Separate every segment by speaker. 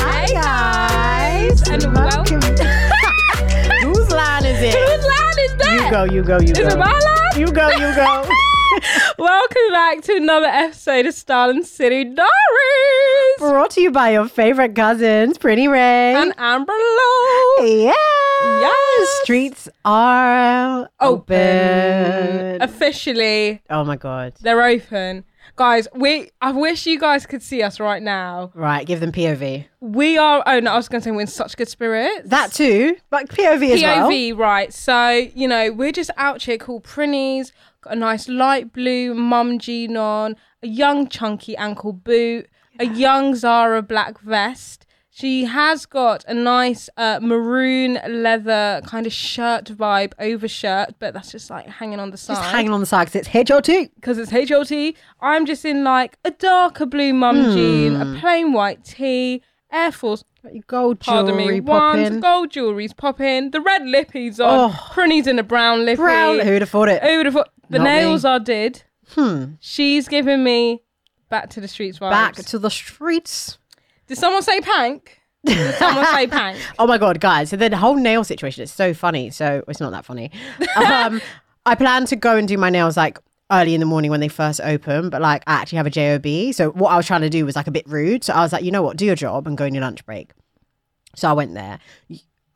Speaker 1: Hi
Speaker 2: guys.
Speaker 1: guys, and welcome.
Speaker 2: Whose line is
Speaker 1: Whose
Speaker 2: it?
Speaker 1: line is that?
Speaker 2: You go, you go, you go.
Speaker 1: Is it my line?
Speaker 2: You go, you go.
Speaker 1: Welcome back to another episode of Starling City Diaries.
Speaker 2: Brought to you by your favorite cousins, Pretty Ray.
Speaker 1: And Amber Lowe.
Speaker 2: yeah.
Speaker 1: Yes.
Speaker 2: Streets are open.
Speaker 1: Officially,
Speaker 2: oh my God.
Speaker 1: they're open. Guys, we I wish you guys could see us right now.
Speaker 2: Right, give them POV.
Speaker 1: We are oh no, I was gonna say we're in such good spirits.
Speaker 2: That too, but POV as well.
Speaker 1: POV, right. So, you know, we're just out here called Prinnies, got a nice light blue mum jean on, a young chunky ankle boot, a young Zara black vest. She has got a nice uh, maroon leather kind of shirt vibe over shirt, but that's just like hanging on the side.
Speaker 2: Just hanging on the side 'cause it's hedge or two.
Speaker 1: because it's HLT. I'm just in like a darker blue mum jean, a plain white tee, Air Force
Speaker 2: Got your gold
Speaker 1: Pardon
Speaker 2: jewelry
Speaker 1: me. One's
Speaker 2: popping.
Speaker 1: gold jewelry's popping. The red lippies on.
Speaker 2: Oh.
Speaker 1: Prinny's in a brown lippy.
Speaker 2: Brown. Who'd have thought it?
Speaker 1: Who would have thought- The
Speaker 2: Not me.
Speaker 1: nails are did.
Speaker 2: Hmm.
Speaker 1: She's giving me back to the streets vibes.
Speaker 2: Back to the streets.
Speaker 1: Did someone say pank? Did someone say pank?
Speaker 2: Oh my god, guys! So the whole nail situation is so funny. So it's not that funny. Um, I plan to go and do my nails like early in the morning when they first open, but like I actually have a job. So what I was trying to do was like a bit rude. So I was like, you know what, do your job and go on your lunch break. So I went there.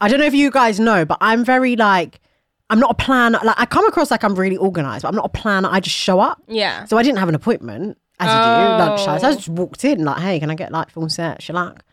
Speaker 2: I don't know if you guys know, but I'm very like. I'm not a planner. Like I come across like I'm really organized, but I'm not a planner. I just show up.
Speaker 1: Yeah.
Speaker 2: So I didn't have an appointment, as you
Speaker 1: Oh.
Speaker 2: do, lunchtime. So I just walked in, like, hey, can I get like full set shellac?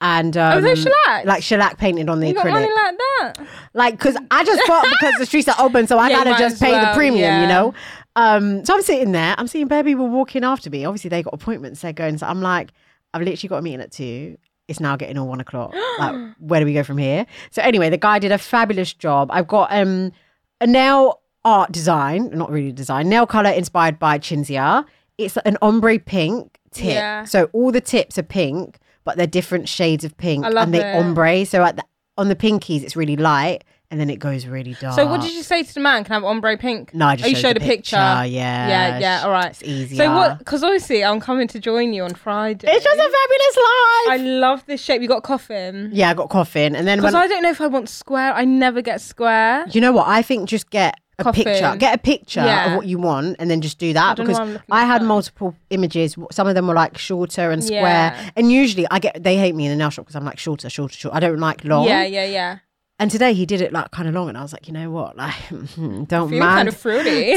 Speaker 2: And um,
Speaker 1: Oh, they shellac?
Speaker 2: like shellac painted on the
Speaker 1: you got money
Speaker 2: acrylic,
Speaker 1: like that?
Speaker 2: like because I just thought because the streets are open, so I
Speaker 1: Yeah, you
Speaker 2: gotta
Speaker 1: might
Speaker 2: just
Speaker 1: as
Speaker 2: pay
Speaker 1: well,
Speaker 2: the premium,
Speaker 1: yeah.
Speaker 2: you know. Um, so I'm sitting there, I'm seeing bare people walking after me. Obviously, they got appointments, they're going. So I'm like, I've literally got a meeting at two. It's now getting on one o'clock. Like, where do we go from here? So anyway, the guy did a fabulous job. I've got um a nail art design, not really design, nail color inspired by Cinzia. It's an ombre pink tip.
Speaker 1: Yeah.
Speaker 2: So all the tips are pink, but they're different shades of pink
Speaker 1: I love
Speaker 2: and they
Speaker 1: it.
Speaker 2: ombre. So at the, on the pinkies, it's really light and then it goes really dark.
Speaker 1: So what did you say to the man? Can I have ombre pink?
Speaker 2: Ah. No, I just
Speaker 1: oh, you
Speaker 2: showed
Speaker 1: showed
Speaker 2: the
Speaker 1: a picture.
Speaker 2: picture,
Speaker 1: Yeah,
Speaker 2: yeah.
Speaker 1: yeah. All right.
Speaker 2: It's easier.
Speaker 1: So what? Because obviously I'm coming to join you on Friday.
Speaker 2: It's just a fabulous life.
Speaker 1: I love this shape. You got a coffin.
Speaker 2: yeah, I got coffin. And then
Speaker 1: Because
Speaker 2: when,
Speaker 1: I don't know if I want square. I never get square.
Speaker 2: you know what? I think just get a
Speaker 1: Coffin.
Speaker 2: picture. Get a picture
Speaker 1: Yeah.
Speaker 2: of what you want and then just do that.
Speaker 1: don't know
Speaker 2: because
Speaker 1: why I'm looking
Speaker 2: I
Speaker 1: at
Speaker 2: had
Speaker 1: that.
Speaker 2: multiple images. W- Some of them were like shorter and square.
Speaker 1: Yeah.
Speaker 2: And usually I get, they hate me in the nail shop because I'm like shorter, shorter, short. I don't like long.
Speaker 1: Yeah, yeah, yeah.
Speaker 2: And today he did it like kind of long, and I was like, you know what, like, hmm, don't
Speaker 1: Feel
Speaker 2: mind,
Speaker 1: kind of fruity.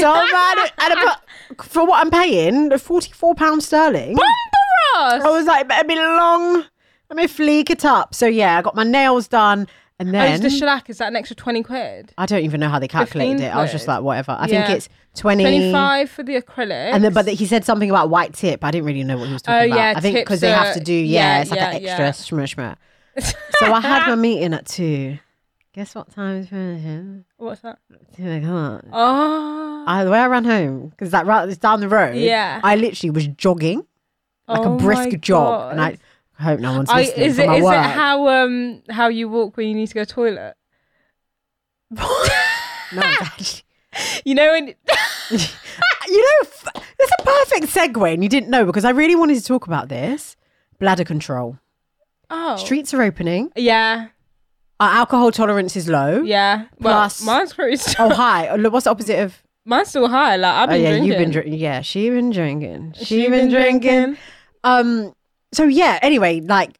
Speaker 2: don't mind it. And I put, for what I'm paying, forty-four pounds sterling.
Speaker 1: Ross!
Speaker 2: I was like, better be long, let me fleek it up. So yeah, I got my nails done, and
Speaker 1: Oh, just
Speaker 2: then
Speaker 1: the shellac is that an extra twenty quid?
Speaker 2: I don't even know how they calculated
Speaker 1: 15
Speaker 2: it. I was just
Speaker 1: quid.
Speaker 2: like, whatever. I
Speaker 1: Yeah.
Speaker 2: think it's twenty.
Speaker 1: Twenty five for the acrylic.
Speaker 2: And then, but he said something about white tip. I didn't really know what he was talking
Speaker 1: Oh,
Speaker 2: about.
Speaker 1: yeah,
Speaker 2: I think
Speaker 1: tips
Speaker 2: because they have
Speaker 1: are-
Speaker 2: to do,
Speaker 1: yeah,
Speaker 2: yeah, it's like an
Speaker 1: yeah,
Speaker 2: extra
Speaker 1: yeah.
Speaker 2: shmur shmur. so I had my meeting at two. Guess what time is finishing?
Speaker 1: What's that?
Speaker 2: Two o'clock.
Speaker 1: Oh,
Speaker 2: I, the way I ran home, because that route is down the road.
Speaker 1: Yeah.
Speaker 2: I literally was jogging, like
Speaker 1: Oh
Speaker 2: a
Speaker 1: my
Speaker 2: brisk jog. And I,
Speaker 1: God.
Speaker 2: I hope no one's
Speaker 1: I,
Speaker 2: listening
Speaker 1: is
Speaker 2: for
Speaker 1: it
Speaker 2: my
Speaker 1: is
Speaker 2: work.
Speaker 1: it how um how you walk when you need to go to the toilet?
Speaker 2: no, it's actually-
Speaker 1: You know, and
Speaker 2: you know, f- it's a perfect segue, and you didn't know because I really wanted to talk about this. Bladder control.
Speaker 1: oh,
Speaker 2: Streets are opening.
Speaker 1: Yeah,
Speaker 2: Our alcohol tolerance is low.
Speaker 1: yeah. Well,
Speaker 2: Plus-
Speaker 1: mine's pretty. Still,
Speaker 2: Oh hi! Oh, look, What's the opposite of?
Speaker 1: mine's still high. Like I've
Speaker 2: Oh
Speaker 1: been
Speaker 2: yeah,
Speaker 1: drinking.
Speaker 2: you've been drinking. Yeah, she been drinking. She,
Speaker 1: She
Speaker 2: been, drinking. Um. So yeah. Anyway, like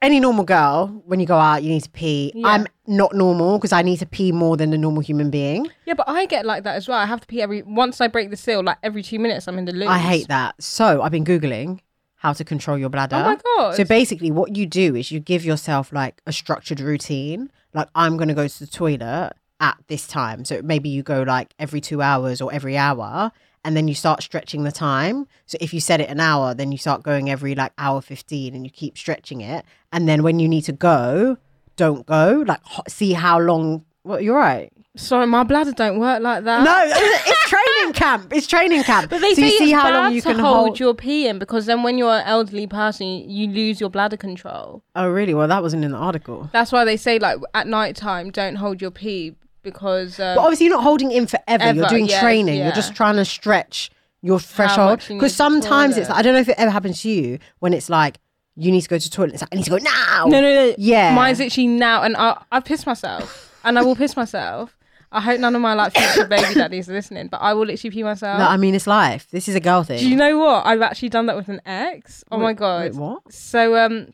Speaker 2: any normal girl, when you go out, you need to pee.
Speaker 1: Yeah.
Speaker 2: I'm not normal because I need to pee more than a normal human being.
Speaker 1: Yeah, but I get like that as well. I have to pee every once I break the seal. Like every two minutes, I'm in the loo.
Speaker 2: I hate that. So I've been googling how to control your bladder.
Speaker 1: Oh my god.
Speaker 2: So basically, what you do is you give yourself like a structured routine. Like I'm gonna go to the toilet at this time. So maybe you go like every two hours or every hour, and then you start stretching the time. So if you set it an hour, then you start going every like hour 15 and you keep stretching it. And then when you need to go, don't go. Like, h- see how long. Well, you're right.
Speaker 1: Sorry, my bladder don't work like that.
Speaker 2: No, it's training camp. It's training camp.
Speaker 1: But they
Speaker 2: so
Speaker 1: say
Speaker 2: you see
Speaker 1: it's
Speaker 2: how
Speaker 1: bad
Speaker 2: long you
Speaker 1: to
Speaker 2: can
Speaker 1: hold,
Speaker 2: hold.
Speaker 1: your pee in because then when you're an elderly person, you lose your bladder control.
Speaker 2: oh, really? Well, that wasn't in the article.
Speaker 1: That's why they say like at night time, don't hold your pee because um,
Speaker 2: But obviously, you're not holding in forever. you're
Speaker 1: Ever,
Speaker 2: doing
Speaker 1: yeah,
Speaker 2: training. You're
Speaker 1: yeah.
Speaker 2: just trying to stretch your threshold.
Speaker 1: much you need
Speaker 2: Because
Speaker 1: to
Speaker 2: sometimes it's,
Speaker 1: toilet.
Speaker 2: I don't know if it ever happens to you when it's like, you need to go to the toilet. It's like, I need to go now.
Speaker 1: no, no, no.
Speaker 2: Yeah.
Speaker 1: mine's actually now, and I I pissed myself, and I will piss myself. I hope none of my like future baby daddies are listening, but I will literally pee myself.
Speaker 2: No, I mean, it's life. This is a girl thing.
Speaker 1: Do you know what? I've actually done that with an ex. Oh my god.
Speaker 2: Wait, what?
Speaker 1: So um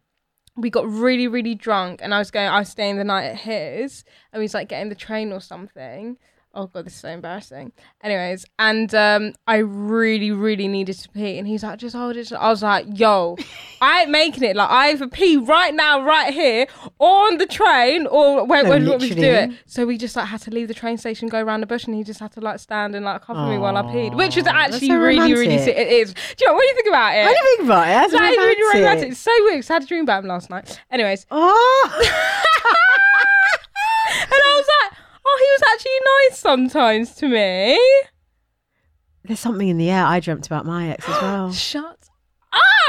Speaker 1: we got really, really drunk and I was going I was staying the night at his and we was like getting the train or something. Oh god, this is so embarrassing. Anyways, and um I really, really needed to pee and he's like, just hold it. I was like, yo, I ain't making it. Like I either pee right now, right here, or on the train, or wait,
Speaker 2: No,
Speaker 1: when what we do it.
Speaker 2: literally.
Speaker 1: So we just like had to leave the train station, go around the bush, and he just had to like stand and like cover me while I peed. Which was actually
Speaker 2: so
Speaker 1: really, really
Speaker 2: romantic.
Speaker 1: sick. It is. Do you know what do you think about it?
Speaker 2: I didn't think about it. That's
Speaker 1: That is really
Speaker 2: romantic.
Speaker 1: romantic. It's so weird 'cause I had a dream about him last night. Anyways, and
Speaker 2: Oh.
Speaker 1: I was like, oh, he was actually nice sometimes to me.
Speaker 2: There's something in the air. I dreamt about my ex as well.
Speaker 1: Shut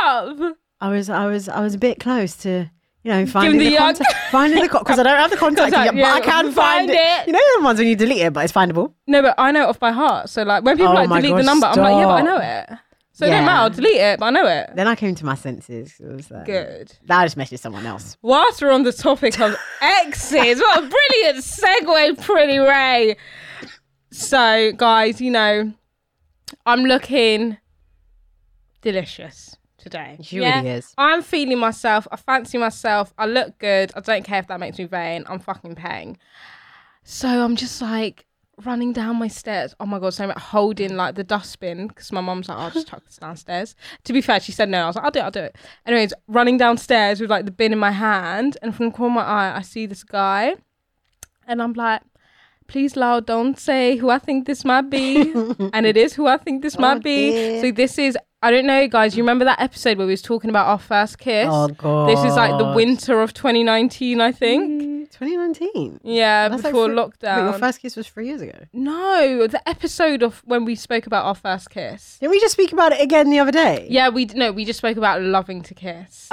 Speaker 1: up.
Speaker 2: I was, I was, I was a bit close to, you know, finding
Speaker 1: the
Speaker 2: the,
Speaker 1: yard.
Speaker 2: contact, finding the because I don't have the contact, yet,
Speaker 1: Contact, yeah,
Speaker 2: but I can find,
Speaker 1: find
Speaker 2: it.
Speaker 1: it.
Speaker 2: You know the ones when you delete it, but it's findable.
Speaker 1: No, but I know it off by heart. So like when people
Speaker 2: Oh
Speaker 1: like
Speaker 2: my
Speaker 1: delete the
Speaker 2: gosh,
Speaker 1: number, I'm like, yeah, but I
Speaker 2: stop.
Speaker 1: know it. So it
Speaker 2: Yeah.
Speaker 1: don't matter, I'll delete it, but I know it.
Speaker 2: Then I came to my senses. It was like,
Speaker 1: Good.
Speaker 2: I just messaged someone else.
Speaker 1: Whilst we're on the topic of exes, what a brilliant segue, Pretty Ray. So, guys, you know, I'm looking delicious today.
Speaker 2: She really is.
Speaker 1: I'm feeling myself. I fancy myself. I look good. I don't care if that makes me vain. I'm fucking paying. So I'm just like running down my stairs. Oh my god! So I'm holding like the dustbin because my mum's like, "I'll just tuck this downstairs." To be fair, she said no. I was like, "I'll do it. I'll do it." Anyways, running downstairs with like the bin in my hand, and from the corner of my eye, I see this guy, and I'm like. Please, Lau, don't say who I think this might be. and it is who I think this might be.
Speaker 2: Oh, dear.
Speaker 1: So this is, I don't know, guys, you remember that episode where we was talking about our first kiss?
Speaker 2: Oh,
Speaker 1: This is like the
Speaker 2: God.
Speaker 1: winter of 2019, I think.
Speaker 2: 2019.
Speaker 1: Yeah,
Speaker 2: That's like
Speaker 1: before
Speaker 2: three- Wait,
Speaker 1: lockdown.
Speaker 2: your first kiss was three years ago.
Speaker 1: no, the episode of when we spoke about our first kiss.
Speaker 2: Didn't we just speak about it again the other day?
Speaker 1: Yeah, we d- no, we just spoke about loving to kiss.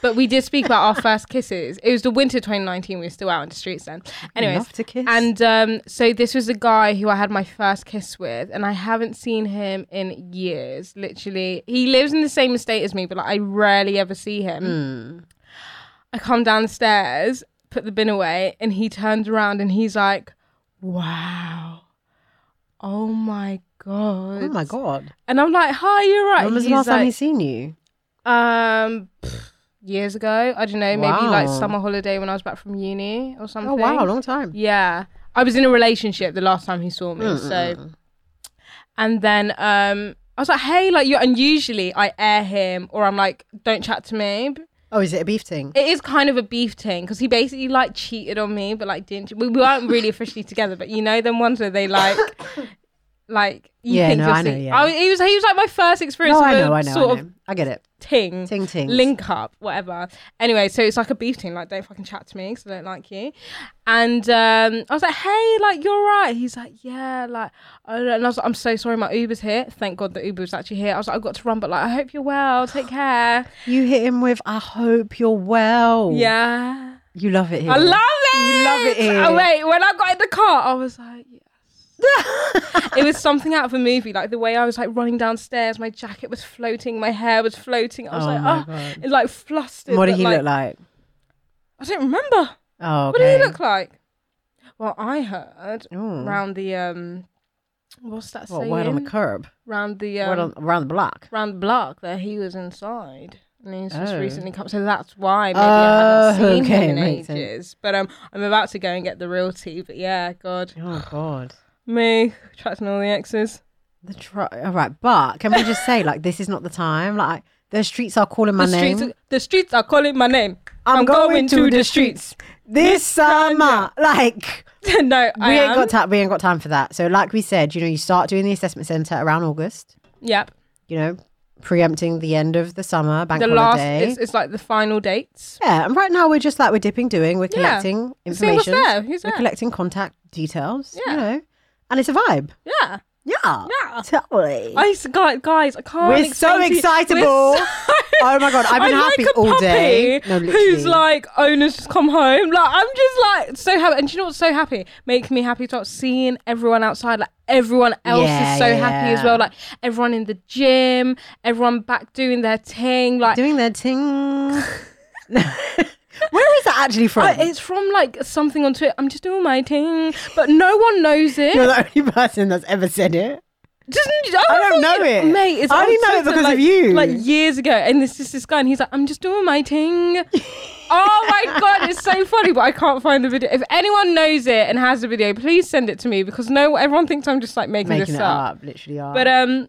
Speaker 1: but we did speak about our first kisses. It was the winter 2019. We were still out on the streets then. Anyways,
Speaker 2: Love to kiss.
Speaker 1: And um, so this was a guy who I had my first kiss with, and I haven't seen him in years. Literally, he lives in the same estate as me, but like, I rarely ever see him.
Speaker 2: Hmm.
Speaker 1: I come downstairs, put the bin away, and he turns around and he's like, "Wow, oh my god,
Speaker 2: Oh my god.
Speaker 1: And I'm like, "Hi, you're right."
Speaker 2: When was the
Speaker 1: He's
Speaker 2: last time
Speaker 1: like,
Speaker 2: he seen you?
Speaker 1: um, pff, years ago. I don't know, maybe like
Speaker 2: Wow.
Speaker 1: summer holiday when I was back from uni or something.
Speaker 2: Oh wow, long time.
Speaker 1: Yeah, I was in a relationship the last time he saw me. So, and then um, I was like, "Hey, like you." And usually I air him, or I'm like, "Don't chat to me."
Speaker 2: Oh, is it a beef thing?
Speaker 1: It is kind of a beef thing because he basically like cheated on me, but like didn't. We, we weren't really officially together, but you know, them ones where they like. Like you
Speaker 2: Yeah,
Speaker 1: think
Speaker 2: no,
Speaker 1: you're
Speaker 2: I know,
Speaker 1: see-
Speaker 2: yeah.
Speaker 1: I, he was he was like my first experience
Speaker 2: No,
Speaker 1: of
Speaker 2: Oh, I
Speaker 1: a
Speaker 2: know, I know,
Speaker 1: sort
Speaker 2: I
Speaker 1: of
Speaker 2: know. I get it.
Speaker 1: ting,
Speaker 2: Ting tings.
Speaker 1: link up, whatever. Anyway, so it's like a beef ting, like don't fucking chat to me because I don't like you. And um, I was like, hey, like you're right. He's like, yeah, like, I don't know. and I was like, I'm so sorry, my Uber's here. Thank God the Uber was actually here. I was like, I've got to run, but like, I hope you're well. Take care.
Speaker 2: You hit him with, I hope you're well.
Speaker 1: yeah,
Speaker 2: You love it here.
Speaker 1: I love it.
Speaker 2: Oh. You love it here.
Speaker 1: Oh, wait, when I got in the car, I was like. yeah. it was something out of a movie, like the way I was like running downstairs. My jacket was floating, my hair was floating. I was
Speaker 2: Oh
Speaker 1: like,
Speaker 2: my
Speaker 1: oh,
Speaker 2: God.
Speaker 1: it's like flustered.
Speaker 2: What did
Speaker 1: but,
Speaker 2: he look like?
Speaker 1: I don't remember.
Speaker 2: Oh,
Speaker 1: What did
Speaker 2: okay.
Speaker 1: he look like? Well, I heard
Speaker 2: Ooh.
Speaker 1: round the um, what's that
Speaker 2: What,
Speaker 1: saying?
Speaker 2: word on the curb?
Speaker 1: round the
Speaker 2: word
Speaker 1: um,
Speaker 2: on, around the block?
Speaker 1: round the block that he was inside, and he's just
Speaker 2: Oh.
Speaker 1: recently come. So that's why maybe I
Speaker 2: Oh,
Speaker 1: haven't seen
Speaker 2: okay,
Speaker 1: him in
Speaker 2: makes
Speaker 1: ages.
Speaker 2: sense.
Speaker 1: But um, I'm about to go and get the real tea. But yeah, God,
Speaker 2: Oh, God.
Speaker 1: me attracting all the exes.
Speaker 2: The try. All right, but can we just say, like, this is not the time? Like, the streets are calling my
Speaker 1: the
Speaker 2: name.
Speaker 1: streets, the streets are calling my name. I'm, going, to the streets.
Speaker 2: this summer. Like,
Speaker 1: no, I
Speaker 2: we ain't
Speaker 1: am.
Speaker 2: got time. We ain't got time for that. So, like we said, you know, you start doing the assessment center around August.
Speaker 1: Yep.
Speaker 2: You know, preempting the end of the summer bank
Speaker 1: The last
Speaker 2: holiday.
Speaker 1: it's, it's like the final dates.
Speaker 2: yeah, and right now we're just like we're dipping, doing. We're collecting
Speaker 1: Seeing what's
Speaker 2: information.
Speaker 1: there. Who's
Speaker 2: We're
Speaker 1: there?
Speaker 2: collecting contact details.
Speaker 1: Yeah.
Speaker 2: You know, and it's a vibe.
Speaker 1: yeah.
Speaker 2: Yeah.
Speaker 1: Yeah.
Speaker 2: Totally.
Speaker 1: I s- guy- guys, I can't.
Speaker 2: We're
Speaker 1: explain
Speaker 2: so
Speaker 1: to you-
Speaker 2: excitable.
Speaker 1: We're so-
Speaker 2: oh my god, I've
Speaker 1: I
Speaker 2: been
Speaker 1: like
Speaker 2: happy
Speaker 1: a
Speaker 2: all
Speaker 1: puppy
Speaker 2: day. No,
Speaker 1: who's
Speaker 2: literally.
Speaker 1: like owners just come home. Like I'm just like so happy, and do you know what's so happy? Makes me happy to start seeing everyone outside. Like everyone else
Speaker 2: Yeah,
Speaker 1: is so
Speaker 2: yeah,
Speaker 1: happy as
Speaker 2: yeah.
Speaker 1: well. Like everyone in the gym, everyone back doing their thing. Like
Speaker 2: doing their ting. Where is that actually from?
Speaker 1: I- it's from like something on Twitter. I'm just doing my thing, but no one knows it.
Speaker 2: You're the only person that's ever said it.
Speaker 1: Doesn't,
Speaker 2: I don't
Speaker 1: think
Speaker 2: know it.
Speaker 1: mate. It's
Speaker 2: I only
Speaker 1: on
Speaker 2: know it
Speaker 1: Twitter,
Speaker 2: because of
Speaker 1: like,
Speaker 2: you.
Speaker 1: Like years ago, and this is this guy, and he's like, "I'm just doing my thing." oh my god, it's so funny, but I can't find the video. If anyone knows it and has the video, please send it to me because no, everyone thinks I'm just like making,
Speaker 2: Making
Speaker 1: this
Speaker 2: it
Speaker 1: up.
Speaker 2: up, literally up.
Speaker 1: But um.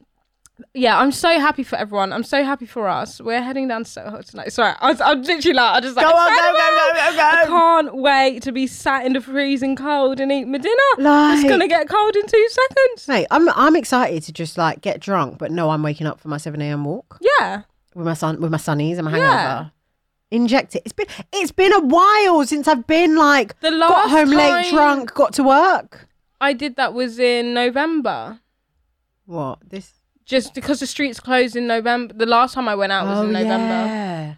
Speaker 1: Yeah, I'm so happy for everyone. I'm so happy for us. We're heading down to Soho tonight. Sorry, I was, I'm literally like, I just like,
Speaker 2: go on, go,
Speaker 1: "Excited about
Speaker 2: go, go,
Speaker 1: I
Speaker 2: go, go.
Speaker 1: can't wait to be sat in the freezing cold and eat my dinner. it's
Speaker 2: Like-
Speaker 1: gonna get cold in two seconds.
Speaker 2: Mate, I'm I'm excited to just like get drunk, but no, I'm waking up for my seven a.m. walk
Speaker 1: Yeah,
Speaker 2: with my son with my sunnies and my hangover.
Speaker 1: Yeah.
Speaker 2: Inject it. It's been it's been a while since I've been like
Speaker 1: The
Speaker 2: got
Speaker 1: last
Speaker 2: home late,
Speaker 1: time-
Speaker 2: drunk, got to work.
Speaker 1: I did that was in November.
Speaker 2: What this?
Speaker 1: Just because the streets closed in November. The last time I went out was in November
Speaker 2: Oh, yeah.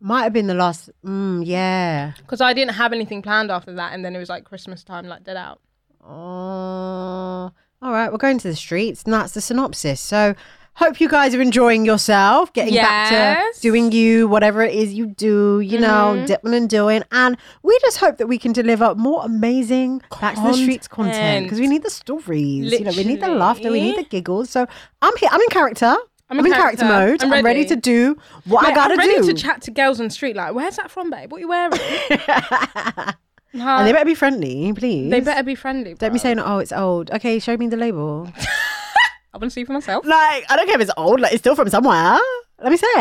Speaker 2: Might have been the last. Mm, yeah.
Speaker 1: because I didn't have anything planned after that, and then it was like Christmas time, like dead out.
Speaker 2: Oh, all right. We're going to the streets, and that's the synopsis. So, hope you guys are enjoying yourself, getting back to
Speaker 1: Yes. Mm-hmm.
Speaker 2: doing you, whatever it is you do, you know, dipping and doing. And we just hope that we can deliver more amazing back to the streets content
Speaker 1: Content.
Speaker 2: because we need the stories. You know, we need the
Speaker 1: Literally.
Speaker 2: laughter, we need the giggles. So, I'm here. I'm in character. I'm
Speaker 1: I'm
Speaker 2: in,
Speaker 1: in
Speaker 2: character,
Speaker 1: character.
Speaker 2: mode. I'm
Speaker 1: I'm
Speaker 2: ready.
Speaker 1: ready.
Speaker 2: to do what I
Speaker 1: Mate,
Speaker 2: gotta
Speaker 1: I'm ready
Speaker 2: do.
Speaker 1: to chat to girls on the street. Like, where's that from, babe? What you wearing? Huh?
Speaker 2: and they better be friendly, please.
Speaker 1: they better be friendly.
Speaker 2: Don't Uh, be
Speaker 1: bruv.
Speaker 2: saying, "Oh, it's old." Okay, show me the label.
Speaker 1: I want to see for myself.
Speaker 2: Like, I don't care if it's old, like, it's still from somewhere. Let me say.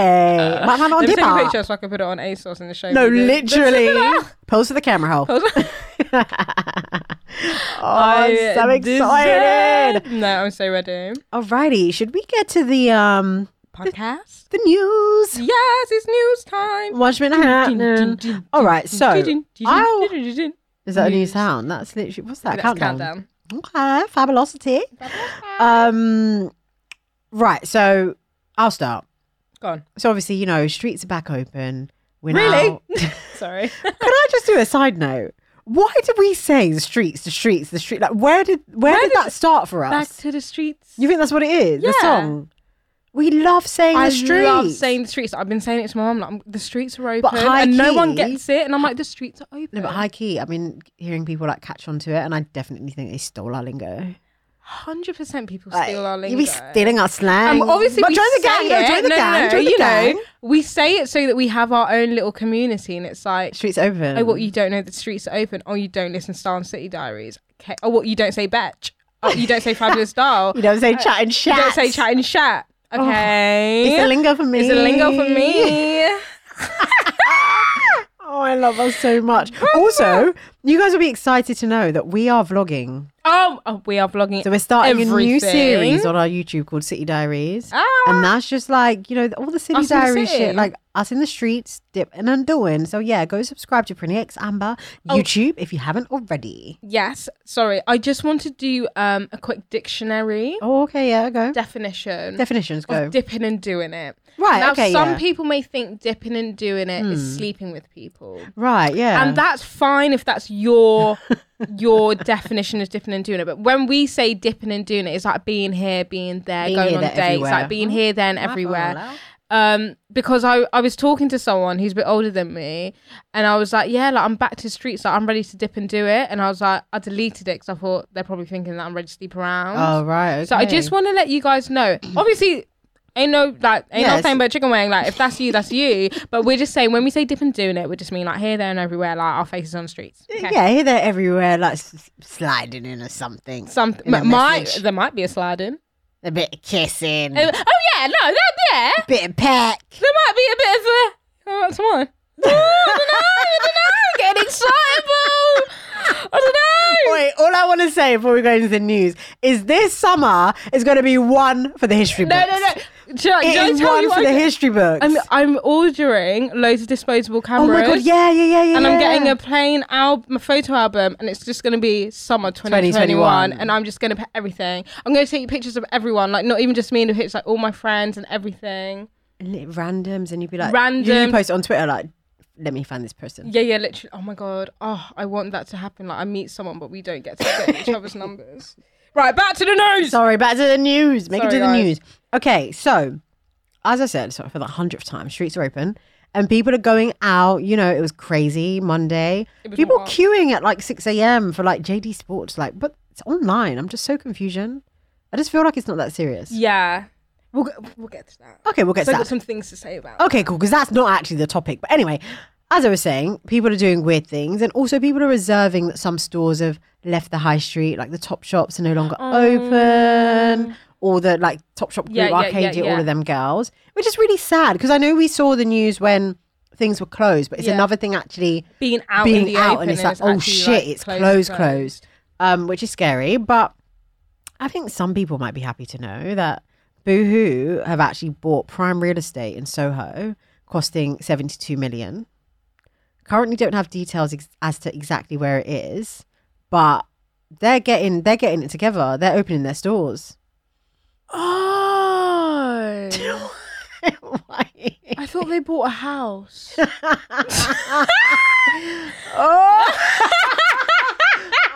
Speaker 2: Might find it on
Speaker 1: Uh, Let me take a
Speaker 2: Dipper.
Speaker 1: picture so I can put it on ASOS in the show.
Speaker 2: No,
Speaker 1: video.
Speaker 2: literally. Pose for the camera hole.
Speaker 1: Pose-
Speaker 2: oh, I'm
Speaker 1: I
Speaker 2: so excited.
Speaker 1: deserve- No, I'm so ready.
Speaker 2: Alrighty, should we get to the um
Speaker 1: Podcast.
Speaker 2: the news?
Speaker 1: Yes, it's news time.
Speaker 2: What's been happening? All right, so I'll- is that a new sound? That's literally what's that?
Speaker 1: That's
Speaker 2: countdown.
Speaker 1: countdown.
Speaker 2: Okay, fabulosity. Um, right, so I'll start.
Speaker 1: Go on.
Speaker 2: So obviously, you know, streets are back open. We're
Speaker 1: Really?
Speaker 2: now-
Speaker 1: Sorry.
Speaker 2: Can I just do a side note? Why do we say the streets, the streets, the street? Like, where did where,
Speaker 1: Where
Speaker 2: did
Speaker 1: did
Speaker 2: that start for us?
Speaker 1: Back to the streets.
Speaker 2: you think that's what it is? The
Speaker 1: Yeah.
Speaker 2: song. We love saying
Speaker 1: I
Speaker 2: the streets.
Speaker 1: love saying the streets. I've been saying it to my mom. Like, I'm- the streets are open,
Speaker 2: But high
Speaker 1: and no one
Speaker 2: key-
Speaker 1: gets it. And I'm like, the streets are open.
Speaker 2: no, but high key. I mean, hearing people like catch on to it, and I definitely think they stole our lingo.
Speaker 1: Hundred percent, people
Speaker 2: Like,
Speaker 1: steal our
Speaker 2: You
Speaker 1: lingo.
Speaker 2: be stealing our slang.
Speaker 1: Um, obviously,
Speaker 2: but
Speaker 1: we
Speaker 2: join the
Speaker 1: say
Speaker 2: gang.
Speaker 1: it.
Speaker 2: No, join the
Speaker 1: no, no,
Speaker 2: gang.
Speaker 1: no,
Speaker 2: join the
Speaker 1: you
Speaker 2: gang.
Speaker 1: know, we say it so that we have our own little community, and it's like,
Speaker 2: Streets open.
Speaker 1: oh, what you don't know, the streets are open. Oh, you don't listen to Star and City Diaries. Okay. Oh, what you don't say, Betch. Oh, you don't say Fabulous Doll.
Speaker 2: You don't say chat and chat.
Speaker 1: You don't say chat and chat. Okay.
Speaker 2: Oh, It's a lingo for me.
Speaker 1: It's a lingo for me.
Speaker 2: Oh, I love us so much. also, you guys will be excited to know that we are vlogging.
Speaker 1: Oh, oh, we are vlogging.
Speaker 2: So we're starting a new
Speaker 1: Everything.
Speaker 2: series on our YouTube called City Diaries.
Speaker 1: Ah.
Speaker 2: And that's just like, you know, all the City
Speaker 1: Us in the
Speaker 2: Diaries
Speaker 1: city.
Speaker 2: shit, like us in the streets, dip and undoing. So yeah, go subscribe to Pretty X Amber
Speaker 1: Oh.
Speaker 2: YouTube if you haven't already.
Speaker 1: yes. Sorry. I just want to do um, a quick dictionary
Speaker 2: Oh, okay, yeah, go.
Speaker 1: definition
Speaker 2: Definitions, go.
Speaker 1: of dipping and doing it.
Speaker 2: Right,
Speaker 1: Now,
Speaker 2: okay,
Speaker 1: some
Speaker 2: yeah.
Speaker 1: people may think dipping and doing it is sleeping with people.
Speaker 2: right, yeah.
Speaker 1: And that's fine if that's your your definition of dipping and doing it. But when we say dipping and doing it, it's like being here, being there,
Speaker 2: Being
Speaker 1: going
Speaker 2: here,
Speaker 1: on
Speaker 2: there,
Speaker 1: dates,
Speaker 2: everywhere.
Speaker 1: like being here, then
Speaker 2: phone on
Speaker 1: everywhere.
Speaker 2: loud.
Speaker 1: Um, because I, I was talking to someone who's a bit older than me, and I was like, yeah, like I'm back to the streets, like I'm ready to dip and do it. And I was like, I deleted it because I thought they're probably thinking that I'm ready to sleep around.
Speaker 2: Oh, right.
Speaker 1: So I just
Speaker 2: okay.
Speaker 1: want to let you guys know. Obviously, ain't no like ain't
Speaker 2: Yeah,
Speaker 1: no
Speaker 2: it's-
Speaker 1: thing but chicken wing. Like if that's you, that's you. But we're just saying when we say dip and doing it, we just mean like here, there, and everywhere. Like our faces on the streets. Okay.
Speaker 2: Yeah, here, there, everywhere, like s- sliding in or something.
Speaker 1: Something
Speaker 2: In a
Speaker 1: might
Speaker 2: message.
Speaker 1: there might be a sliding.
Speaker 2: A bit of kissing.
Speaker 1: Oh yeah, no, that there
Speaker 2: bit of peck.
Speaker 1: there might be a bit of a. Oh, come on. I'm getting excitable. I don't know.
Speaker 2: Wait, all I want to say before we go into the news is this summer is going to be one for the history
Speaker 1: No,
Speaker 2: books.
Speaker 1: no, no. Shall I, shall I
Speaker 2: It is
Speaker 1: tell
Speaker 2: one
Speaker 1: you
Speaker 2: for
Speaker 1: what
Speaker 2: the
Speaker 1: I-
Speaker 2: history books.
Speaker 1: I'm, I'm ordering loads of disposable
Speaker 2: oh
Speaker 1: cameras.
Speaker 2: my god, yeah, yeah, yeah, yeah.
Speaker 1: And I'm
Speaker 2: yeah.
Speaker 1: getting a plain album, a photo album, and it's just going to be summer 2021.
Speaker 2: 2021.
Speaker 1: And I'm just going to put everything. I'm going to take pictures of everyone, like not even just me in the pictures, like all my friends and everything.
Speaker 2: Li- randoms, and you'd be like,
Speaker 1: Random.
Speaker 2: You post on Twitter like, let me find this person.
Speaker 1: Yeah, yeah, literally. Oh my god. Oh, I want that to happen. Like I meet someone, but we don't get to get each other's numbers. Right, back to the news.
Speaker 2: Sorry, back to the news. Make it
Speaker 1: Sorry,
Speaker 2: to the
Speaker 1: guys.
Speaker 2: news. Okay, so as I said, sorry for the hundredth time, streets are open and people are going out. You know, it was crazy Monday.
Speaker 1: was
Speaker 2: People
Speaker 1: wild.
Speaker 2: queuing at like six a.m. for like JD Sports. Like, but it's online. I'm just so confusion. I just feel like it's not that serious.
Speaker 1: Yeah, we'll go- we'll get to that.
Speaker 2: Okay, we'll get
Speaker 1: So I
Speaker 2: to
Speaker 1: got
Speaker 2: that. Oh,
Speaker 1: some things to say about.
Speaker 2: Okay, cool. Because that's not actually the topic. But anyway, as I was saying, people are doing weird things, and also people are reserving that some stores have left the high street, like the top shops are no longer open, or the like top shop group
Speaker 1: Oh. Yeah, yeah, yeah,
Speaker 2: Arcadia, all
Speaker 1: yeah.
Speaker 2: of them girls, which is really sad because I know we saw the news when things were closed, but it's
Speaker 1: Yeah.
Speaker 2: another thing actually
Speaker 1: Being out in
Speaker 2: being
Speaker 1: the
Speaker 2: out,
Speaker 1: open
Speaker 2: and it's
Speaker 1: and
Speaker 2: like,
Speaker 1: it's
Speaker 2: oh
Speaker 1: actually,
Speaker 2: shit,
Speaker 1: like,
Speaker 2: it's
Speaker 1: closed,
Speaker 2: closed,
Speaker 1: closed.
Speaker 2: closed, um, which is scary, but. I think some people might be happy to know that Boohoo have actually bought prime real estate in Soho, costing seventy-two million. Currently, don't have details ex- as to exactly where it is, but they're getting they're getting it together. They're opening their stores.
Speaker 1: Oh,
Speaker 2: Why?
Speaker 1: I thought they bought a house.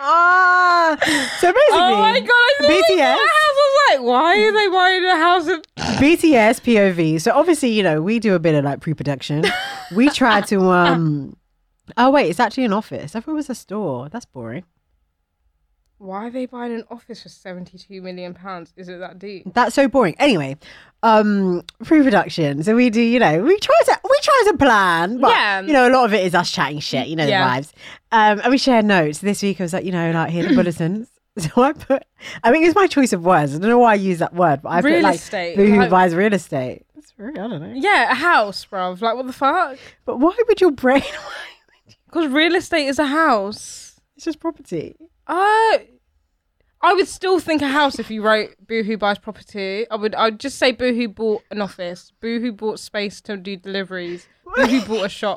Speaker 2: Oh! Ah, so basically,
Speaker 1: oh my god, I thought they bought a
Speaker 2: BTS.
Speaker 1: house. I was like, why are they buying a house? In-
Speaker 2: BTS POV. So obviously, you know, we do a bit of like pre-production. We try to um Oh wait, it's actually an office. I thought it was a store. That's boring.
Speaker 1: why are they buying an office for seventy-two million pounds? Is it that deep?
Speaker 2: That's so boring. Anyway, um pre-production. So we do, you know, we try to we try to plan, but
Speaker 1: Yeah.
Speaker 2: you know, a lot of it is us chatting shit, you know
Speaker 1: Yeah.
Speaker 2: the vibes. Um and we share notes. This week I was like, you know, like here the bulletins. So I put I think it's my choice of words. I don't know why I use that word, but I put
Speaker 1: Real
Speaker 2: like
Speaker 1: estate,
Speaker 2: who
Speaker 1: like-
Speaker 2: buys real estate. That's really, I don't know.
Speaker 1: Yeah, a house, bruv. Like, what the fuck?
Speaker 2: But why would your brain
Speaker 1: Because real estate is a house.
Speaker 2: It's just property.
Speaker 1: Uh, I would still think a house if you wrote Boohoo buys property. I would. I'd just say Boohoo bought an office. Boohoo bought space to do deliveries. Boohoo bought a shop.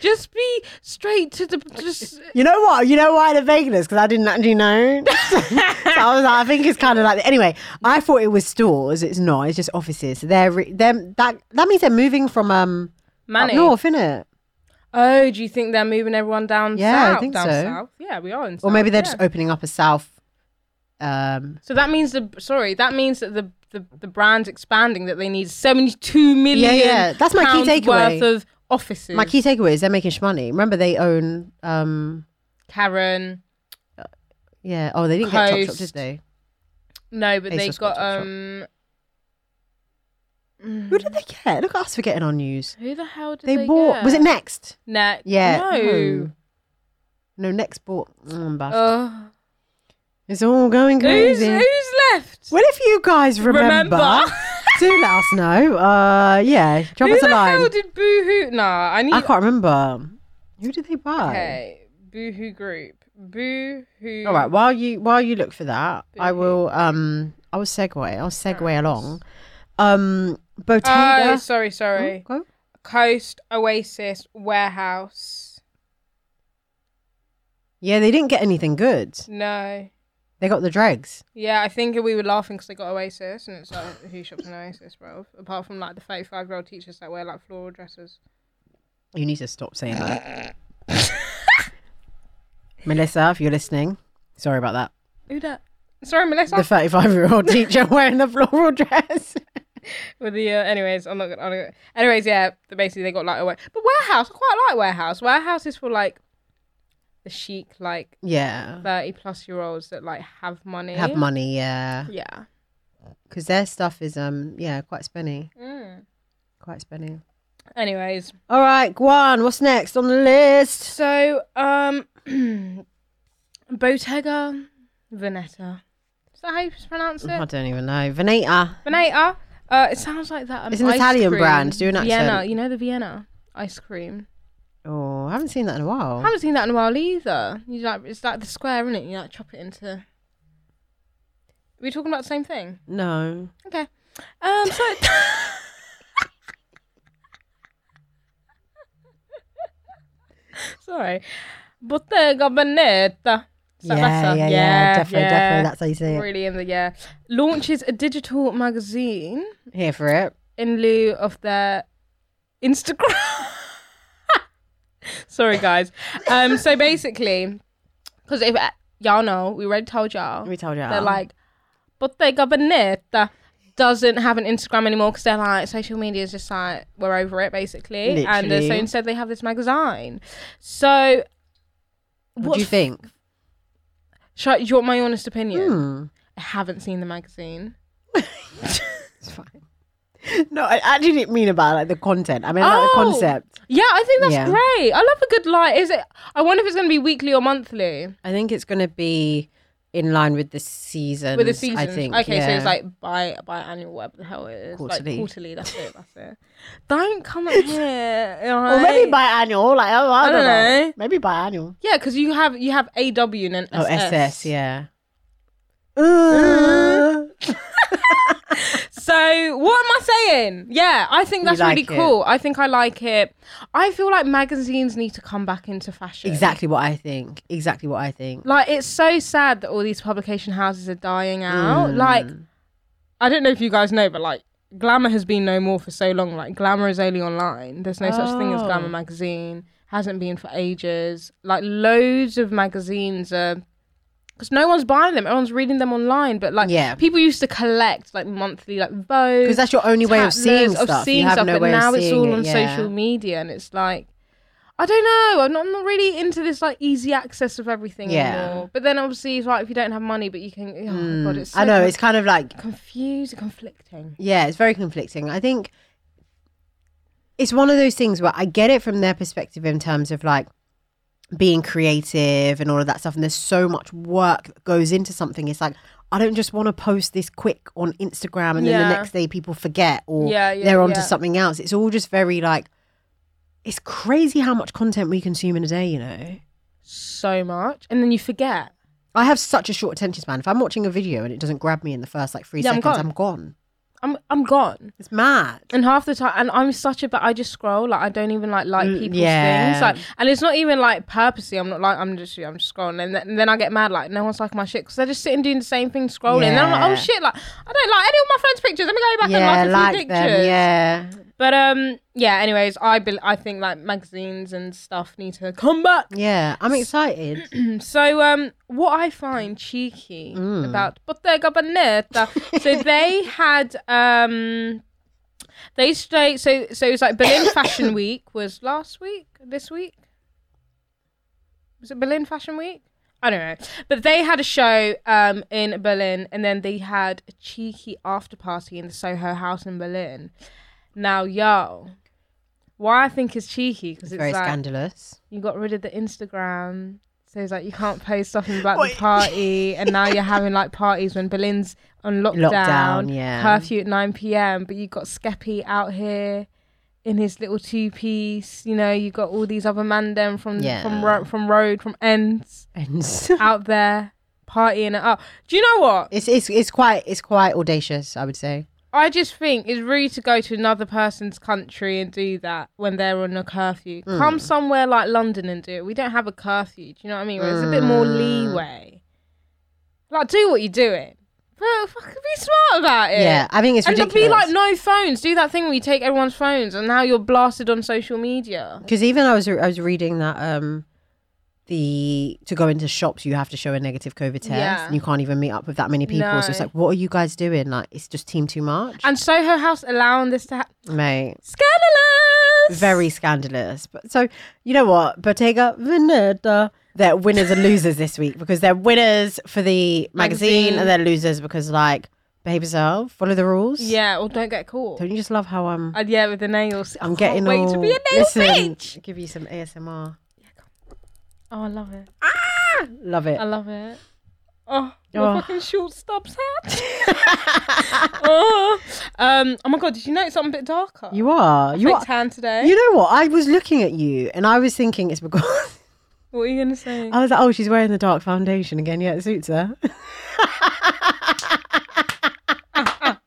Speaker 1: Just be straight to the. Just
Speaker 2: You know what? You know why the vagueness? Because I didn't actually know. so I was like, I think it's kind of like. Anyway, I thought it was stores. It's not. It's just offices. So They're re- them that that means they're moving from um
Speaker 1: money.
Speaker 2: up north, innit?
Speaker 1: Oh, do you think they're moving everyone down
Speaker 2: Yeah, I
Speaker 1: south?
Speaker 2: think
Speaker 1: down
Speaker 2: so.
Speaker 1: south. Yeah, we are in.
Speaker 2: Or
Speaker 1: south,
Speaker 2: maybe they're
Speaker 1: Oh, yeah.
Speaker 2: just opening up a south. Um,
Speaker 1: So that means the. Sorry, that means that the. The, the brand's expanding that they need 72 million
Speaker 2: yeah. That's my key
Speaker 1: pounds
Speaker 2: takeaway.
Speaker 1: worth of offices
Speaker 2: my key takeaway is they're making money. Remember, they own um,
Speaker 1: Karen
Speaker 2: yeah. Oh, they didn't get Top Shop, did
Speaker 1: Coast.
Speaker 2: they?
Speaker 1: No, but
Speaker 2: Ace
Speaker 1: they
Speaker 2: of
Speaker 1: got
Speaker 2: Swords,
Speaker 1: um.
Speaker 2: Who did they get? Look at us for getting on news.
Speaker 1: Who the hell did
Speaker 2: They,
Speaker 1: they,
Speaker 2: bought.
Speaker 1: Get?
Speaker 2: Was it Next?
Speaker 1: Next?
Speaker 2: Yeah.
Speaker 1: No.
Speaker 2: No, Next bought. Mm, bust.
Speaker 1: Ugh.
Speaker 2: It's all going
Speaker 1: Oh. who's
Speaker 2: crazy.
Speaker 1: who's left?
Speaker 2: Well, if you guys remember,
Speaker 1: Remember?
Speaker 2: do let us know. Uh, yeah, drop
Speaker 1: Who
Speaker 2: us a
Speaker 1: the hell
Speaker 2: line.
Speaker 1: did Boohoo? Nah, I need.
Speaker 2: I can't remember. Who did they buy?
Speaker 1: Okay, Boohoo Group. Boohoo.
Speaker 2: All right. While you while you look for that, I will. Um, I will segue. I'll segue along. Um,
Speaker 1: Oh,
Speaker 2: Bottega.
Speaker 1: sorry, sorry.
Speaker 2: Go.
Speaker 1: Coast Oasis Warehouse.
Speaker 2: Yeah, they didn't get anything good.
Speaker 1: No.
Speaker 2: They got the dregs.
Speaker 1: Yeah, I think we were laughing because they got Oasis, and it's like who shops in Oasis, bro? Apart from like the thirty-five-year-old teachers that wear like floral dresses.
Speaker 2: You need to stop saying that. Melissa, if you're listening, sorry about that.
Speaker 1: Who that? Sorry, Melissa.
Speaker 2: The 35 year old teacher wearing the floral dress.
Speaker 1: With the uh, anyways, I'm not gonna. I'm not gonna anyways, yeah. th- Basically, they got like a wa- but warehouse. I quite like warehouse. Warehouse is for like the chic, like
Speaker 2: yeah.
Speaker 1: thirty plus year olds that like have money.
Speaker 2: Have money, yeah.
Speaker 1: Yeah.
Speaker 2: because their stuff is um yeah quite spenny,
Speaker 1: Mm.
Speaker 2: quite spenny.
Speaker 1: Anyways,
Speaker 2: All right, Guan, what's next on the list?
Speaker 1: so um, Bottega Veneta. Is that how you pronounce
Speaker 2: I
Speaker 1: it?
Speaker 2: don't even know. Veneta.
Speaker 1: Veneta. Uh, it sounds like that. Um,
Speaker 2: It's an
Speaker 1: ice
Speaker 2: Italian
Speaker 1: cream.
Speaker 2: brand. Do an accent.
Speaker 1: Vienna. You know the Vienna ice cream.
Speaker 2: Oh, I haven't seen that in a while.
Speaker 1: I haven't seen that in a while either. You like it's like the square, isn't it? You like chop it into. Are we talking about the same thing?
Speaker 2: No.
Speaker 1: Okay. Um. So. Sorry. Bottega Veneta. So that's
Speaker 2: yeah,
Speaker 1: a-
Speaker 2: yeah, yeah, Defo,
Speaker 1: yeah.
Speaker 2: defo. That's how you say it.
Speaker 1: really in the yeah. Launches a digital magazine
Speaker 2: Here for it.
Speaker 1: in lieu of their Instagram. Sorry, guys. Um, so basically, because if y'all know, we already told y'all,
Speaker 2: We told you.
Speaker 1: they're like, Bottega Veneta doesn't have an Instagram anymore because they're like, social media is just like, we're over it, basically. And uh, so
Speaker 2: Literally.
Speaker 1: instead, they have this magazine. So,
Speaker 2: what do you think?
Speaker 1: Should I, do you want my honest opinion?
Speaker 2: Hmm.
Speaker 1: I haven't seen the magazine.
Speaker 2: It's fine. No, I actually didn't mean about like the content. I mean like the
Speaker 1: Oh.
Speaker 2: concept.
Speaker 1: Yeah, I think that's
Speaker 2: Yeah.
Speaker 1: great. I love a good like. Is it? I wonder if it's going to be weekly or monthly.
Speaker 2: I think it's gonna be in line with the season.
Speaker 1: with the season.
Speaker 2: I think.
Speaker 1: Okay, so
Speaker 2: yeah.
Speaker 1: it's like bi biannual, whatever the hell it is. Like
Speaker 2: Quarterly.
Speaker 1: quarterly, that's it, that's it. Don't come up here. alright?
Speaker 2: or maybe biannual. Like oh, I,
Speaker 1: I
Speaker 2: don't,
Speaker 1: don't
Speaker 2: know.
Speaker 1: know.
Speaker 2: Maybe biannual.
Speaker 1: Yeah, because you have you have AW and then
Speaker 2: Oh,
Speaker 1: SS.
Speaker 2: SS. Yeah. Uh,
Speaker 1: So what am I saying? Yeah, I think that's
Speaker 2: like
Speaker 1: really
Speaker 2: it.
Speaker 1: cool. I think I like it. I feel like magazines need to come back into fashion.
Speaker 2: exactly what I think. Exactly what I think.
Speaker 1: Like it's so sad that all these publication houses are dying
Speaker 2: Mm.
Speaker 1: out. Like I don't know if you guys know, but like glamour has been no more for so long. Like glamour is only online. There's no such thing as glamour
Speaker 2: Oh.
Speaker 1: magazine. Hasn't been for ages. Like loads of magazines are because no one's buying them. Everyone's reading them online. But like
Speaker 2: Yeah.
Speaker 1: people used to collect like monthly like Vogue.
Speaker 2: Because that's your only way of seeing
Speaker 1: Tattlers,
Speaker 2: stuff.
Speaker 1: of seeing
Speaker 2: you have
Speaker 1: stuff,
Speaker 2: no
Speaker 1: but
Speaker 2: way
Speaker 1: now
Speaker 2: of
Speaker 1: it's
Speaker 2: seeing
Speaker 1: all
Speaker 2: it,
Speaker 1: on
Speaker 2: yeah.
Speaker 1: social media, and it's like, I don't know. I'm not, I'm not really into this like easy access of everything
Speaker 2: Yeah. Mm,
Speaker 1: anymore. But then obviously, it's like if you don't have money, but you can. Oh my god, it's. So
Speaker 2: I know it's kind of like
Speaker 1: confused, conflicting.
Speaker 2: yeah, it's very conflicting. I think it's one of those things where I get it from their perspective in terms of like being creative and all of that stuff. And there's so much work that goes into something. It's like I don't just want to post this quick on Instagram and then
Speaker 1: Yeah.
Speaker 2: the next day people forget or
Speaker 1: Yeah, yeah,
Speaker 2: they're onto
Speaker 1: yeah.
Speaker 2: something else. It's all just very like it's crazy how much content we consume in a day. You know.
Speaker 1: So much, and then you forget.
Speaker 2: I have such a short attention span. If I'm watching a video and it doesn't grab me in the first like three
Speaker 1: Yeah, I'm
Speaker 2: seconds,
Speaker 1: gone.
Speaker 2: I'm gone.
Speaker 1: I'm I'm gone,
Speaker 2: It's mad.
Speaker 1: and half the time, and I'm such a bad. I just scroll, like I don't even like like
Speaker 2: Mm,
Speaker 1: people's
Speaker 2: yeah.
Speaker 1: things, like, and it's not even like purposely. I'm not like I'm just I'm just scrolling, and, th- and then I get mad, like no one's liking my shit because they're just sitting doing the same thing, scrolling. And then I'm like,
Speaker 2: Yeah.
Speaker 1: oh shit, like I don't like any of my friends' pictures. Let me go back
Speaker 2: yeah,
Speaker 1: and like a few
Speaker 2: like
Speaker 1: pictures.
Speaker 2: them. Yeah,
Speaker 1: But um, yeah. Anyways, I bel I think like magazines and stuff need to come back.
Speaker 2: yeah. I'm excited.
Speaker 1: So um, what I find cheeky about Bottega Veneta, so they had um, they stay so so it's like Berlin Fashion Week was last week, this week. Was it Berlin Fashion Week? I don't know, but they had a show um in Berlin, and then they had a cheeky after party in the Soho House in Berlin. Now, yo, why I think it's cheeky because it's,
Speaker 2: Very
Speaker 1: like
Speaker 2: scandalous.
Speaker 1: you got rid of the Instagram. So it's like you can't post something about the party, and now you're having like parties when Berlin's on lockdown,
Speaker 2: Lockdown, yeah.
Speaker 1: curfew at nine p.m. But you got Skeppy out here in his little two piece. You know, you got all these other mandem from
Speaker 2: Yeah.
Speaker 1: from ro- from road from ends
Speaker 2: And
Speaker 1: out there partying it up. Do you know what?
Speaker 2: it's it's it's quite it's quite audacious. I would say.
Speaker 1: I just think it's rude to go to another person's country and do that when they're on a curfew.
Speaker 2: Hmm.
Speaker 1: Come somewhere like London and do it. We don't have a curfew. Do you know what I mean? Where There's a bit
Speaker 2: Hmm.
Speaker 1: more leeway. Like, do what you're doing. But fucking be smart about it.
Speaker 2: Yeah, I think it's
Speaker 1: and
Speaker 2: ridiculous.
Speaker 1: be like, no phones. Do that thing where you take everyone's phones, and now you're blasted on social media.
Speaker 2: Because even I was I was reading that um the to go into shops you have to show a negative COVID test
Speaker 1: Yeah.
Speaker 2: and you can't even meet up with that many people. So it's
Speaker 1: No.
Speaker 2: like, what are you guys doing? Like, it's just team too much,
Speaker 1: And Soho House allowing this to happen.
Speaker 2: mate.
Speaker 1: Scandalous.
Speaker 2: very scandalous. But so you know what, Bottega Veneta, they're winners and losers this week because they're winners for the magazine,
Speaker 1: Magazine.
Speaker 2: and they're losers because like behave yourself, follow the rules.
Speaker 1: Yeah, or don't get caught.
Speaker 2: Don't you just love how I'm?
Speaker 1: And yeah, with the nails. I
Speaker 2: I'm
Speaker 1: can't
Speaker 2: getting
Speaker 1: wait
Speaker 2: all.
Speaker 1: to be a nail
Speaker 2: Listen,
Speaker 1: bitch.
Speaker 2: give you some ASMR.
Speaker 1: Oh, I love it.
Speaker 2: Love it.
Speaker 1: I love it. Oh, Your fucking short stubs hat. oh. Um, oh my god, did you know it's something a bit darker?
Speaker 2: You are. You
Speaker 1: Bit
Speaker 2: are.
Speaker 1: tan today.
Speaker 2: You know what? I was looking at you and I was thinking it's because
Speaker 1: what are you gonna say?
Speaker 2: I was like, oh, she's wearing the dark foundation again. Yeah, it suits her.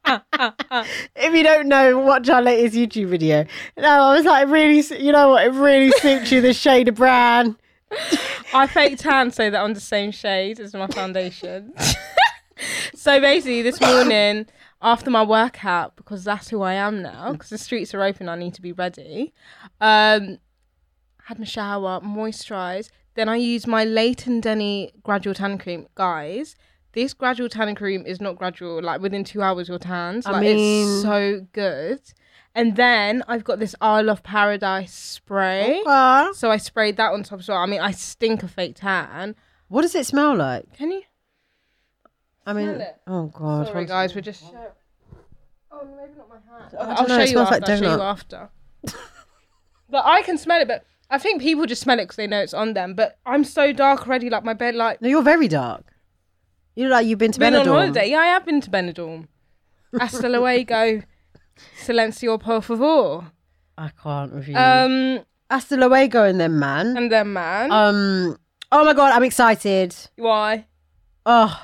Speaker 2: if you don't know, watch our latest YouTube video. No, I was like, it really, su- you know what? It really suits you, the shade of brown.
Speaker 1: I fake tan so that I'm the same shade as my foundation. so basically, this morning after my workout, because that's who I am now, because the streets are open, I need to be ready. Um, had my shower, moisturised. Then I used my Leighton Denny gradual tan cream, guys. This gradual tan cream is not gradual. Like within two hours, you're tanned. Like
Speaker 2: mean-
Speaker 1: it's so good. And then I've got this Isle of Paradise spray.
Speaker 2: Uh,
Speaker 1: So I sprayed that on top as well. I mean, I stink of fake tan.
Speaker 2: what does it smell like?
Speaker 1: Can you?
Speaker 2: I mean,
Speaker 1: Smell it.
Speaker 2: oh God.
Speaker 1: Sorry,
Speaker 2: one-
Speaker 1: guys, we're just. Oh, maybe not my hand.
Speaker 2: I don't
Speaker 1: I'll
Speaker 2: know,
Speaker 1: show
Speaker 2: it
Speaker 1: you
Speaker 2: smells
Speaker 1: after.
Speaker 2: like
Speaker 1: I'll show you
Speaker 2: donut.
Speaker 1: after. but I can smell it, but I think people just smell it because they know it's on them. But I'm so dark already, like my bed, like.
Speaker 2: No, you're very dark. You look like you've been to
Speaker 1: Been on
Speaker 2: Benidorm.
Speaker 1: holiday. Yeah, I have been to Benidorm. Hasta luego, silencio por favor.
Speaker 2: I can't review.
Speaker 1: Um,
Speaker 2: Hasta luego in them, man.
Speaker 1: and then man,
Speaker 2: Um. Oh my God, I'm excited.
Speaker 1: why?
Speaker 2: Oh.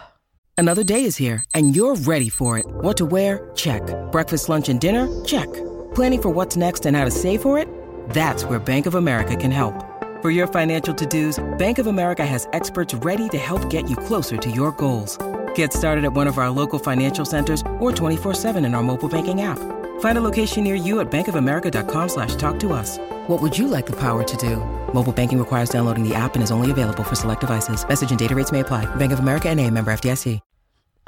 Speaker 3: Another day is here, and you're ready for it. What to wear? Check. Breakfast, lunch, and dinner? Check. Planning for what's next and how to save for it? That's where Bank of America can help. For your financial to dos, Bank of America has experts ready to help get you closer to your goals. Get started at one of our local financial centers or 24-7 in our mobile banking app. Find a location near you at bankofamerica.com slash talk to us. What would you like the power to do? Mobile banking requires downloading the app and is only available for select devices. Message and data rates may apply. Bank of America and a member FDIC.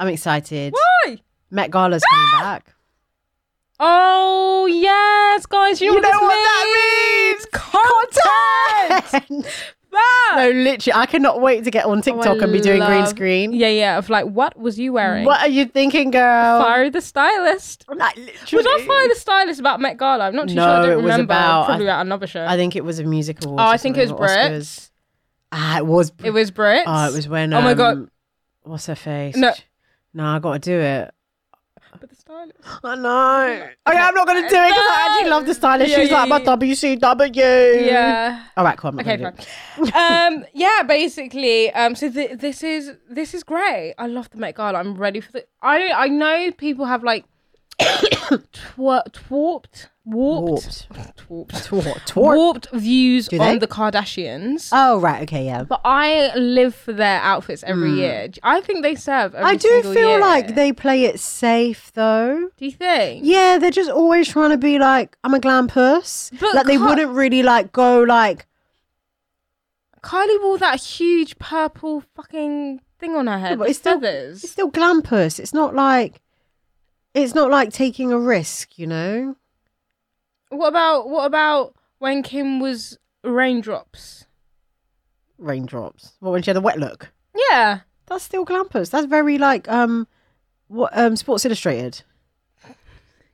Speaker 2: I'm excited.
Speaker 1: Why?
Speaker 2: Met Gala's coming back.
Speaker 1: Oh yes, guys, you know, what, this
Speaker 2: that
Speaker 1: Content.
Speaker 2: means?
Speaker 1: That.
Speaker 2: no, literally, I cannot wait to get on
Speaker 1: Oh, I
Speaker 2: TikTok and be doing green
Speaker 1: love-
Speaker 2: screen.
Speaker 1: Yeah, yeah. Of like, what was you wearing?
Speaker 2: What Oh. are you thinking, girl?
Speaker 1: Fire the stylist.
Speaker 2: Like, literally.
Speaker 1: Was I Fire the stylist about Met Gala? I'm not too
Speaker 2: No,
Speaker 1: sure. I
Speaker 2: it
Speaker 1: don't
Speaker 2: was
Speaker 1: remember.
Speaker 2: about-
Speaker 1: Probably at another show.
Speaker 2: I think it was a music award.
Speaker 1: oh, I think it was
Speaker 2: Brits.
Speaker 1: Brits.
Speaker 2: Ah, it was.
Speaker 1: It was Brits.
Speaker 2: Oh, it was when.
Speaker 1: Oh my god.
Speaker 2: um, What's her face?
Speaker 1: No.
Speaker 2: No, I gotta do it.
Speaker 1: But the stylist.
Speaker 2: I know. Okay, I'm not gonna do it because I actually love the stylist.
Speaker 1: Yeah,
Speaker 2: She's
Speaker 1: yeah,
Speaker 2: like my
Speaker 1: yeah.
Speaker 2: WCW.
Speaker 1: Yeah.
Speaker 2: All right, cool. I'm not
Speaker 1: Okay,
Speaker 2: gonna do it.
Speaker 1: fine. um, yeah, basically. Um, so th- this is this is great. I love the Met Gala. I'm ready for the. I I know people have like twer- twarped, warped,
Speaker 2: Warped.
Speaker 1: warped,
Speaker 2: Twat. Twat.
Speaker 1: warped views
Speaker 2: Do they?
Speaker 1: on the Kardashians.
Speaker 2: Oh right, okay, yeah.
Speaker 1: But I live for their outfits every year. I think they serve. Every
Speaker 2: Hmm. I do
Speaker 1: single
Speaker 2: feel
Speaker 1: year.
Speaker 2: like they play it safe though.
Speaker 1: Do you think?
Speaker 2: Yeah, they're just always trying to be like, I'm a glam puss.
Speaker 1: But
Speaker 2: like they
Speaker 1: can't-
Speaker 2: wouldn't really like go like
Speaker 1: Kylie wore that huge purple fucking thing on her head.
Speaker 2: but
Speaker 1: with
Speaker 2: it's still-
Speaker 1: feathers.
Speaker 2: it's still glam puss. It's not like it's not like taking a risk, you know?
Speaker 1: What about what about when Kim was raindrops?
Speaker 2: Raindrops. What when she had a wet look.
Speaker 1: Yeah.
Speaker 2: That's still glam puss. That's very like um what um Sports Illustrated.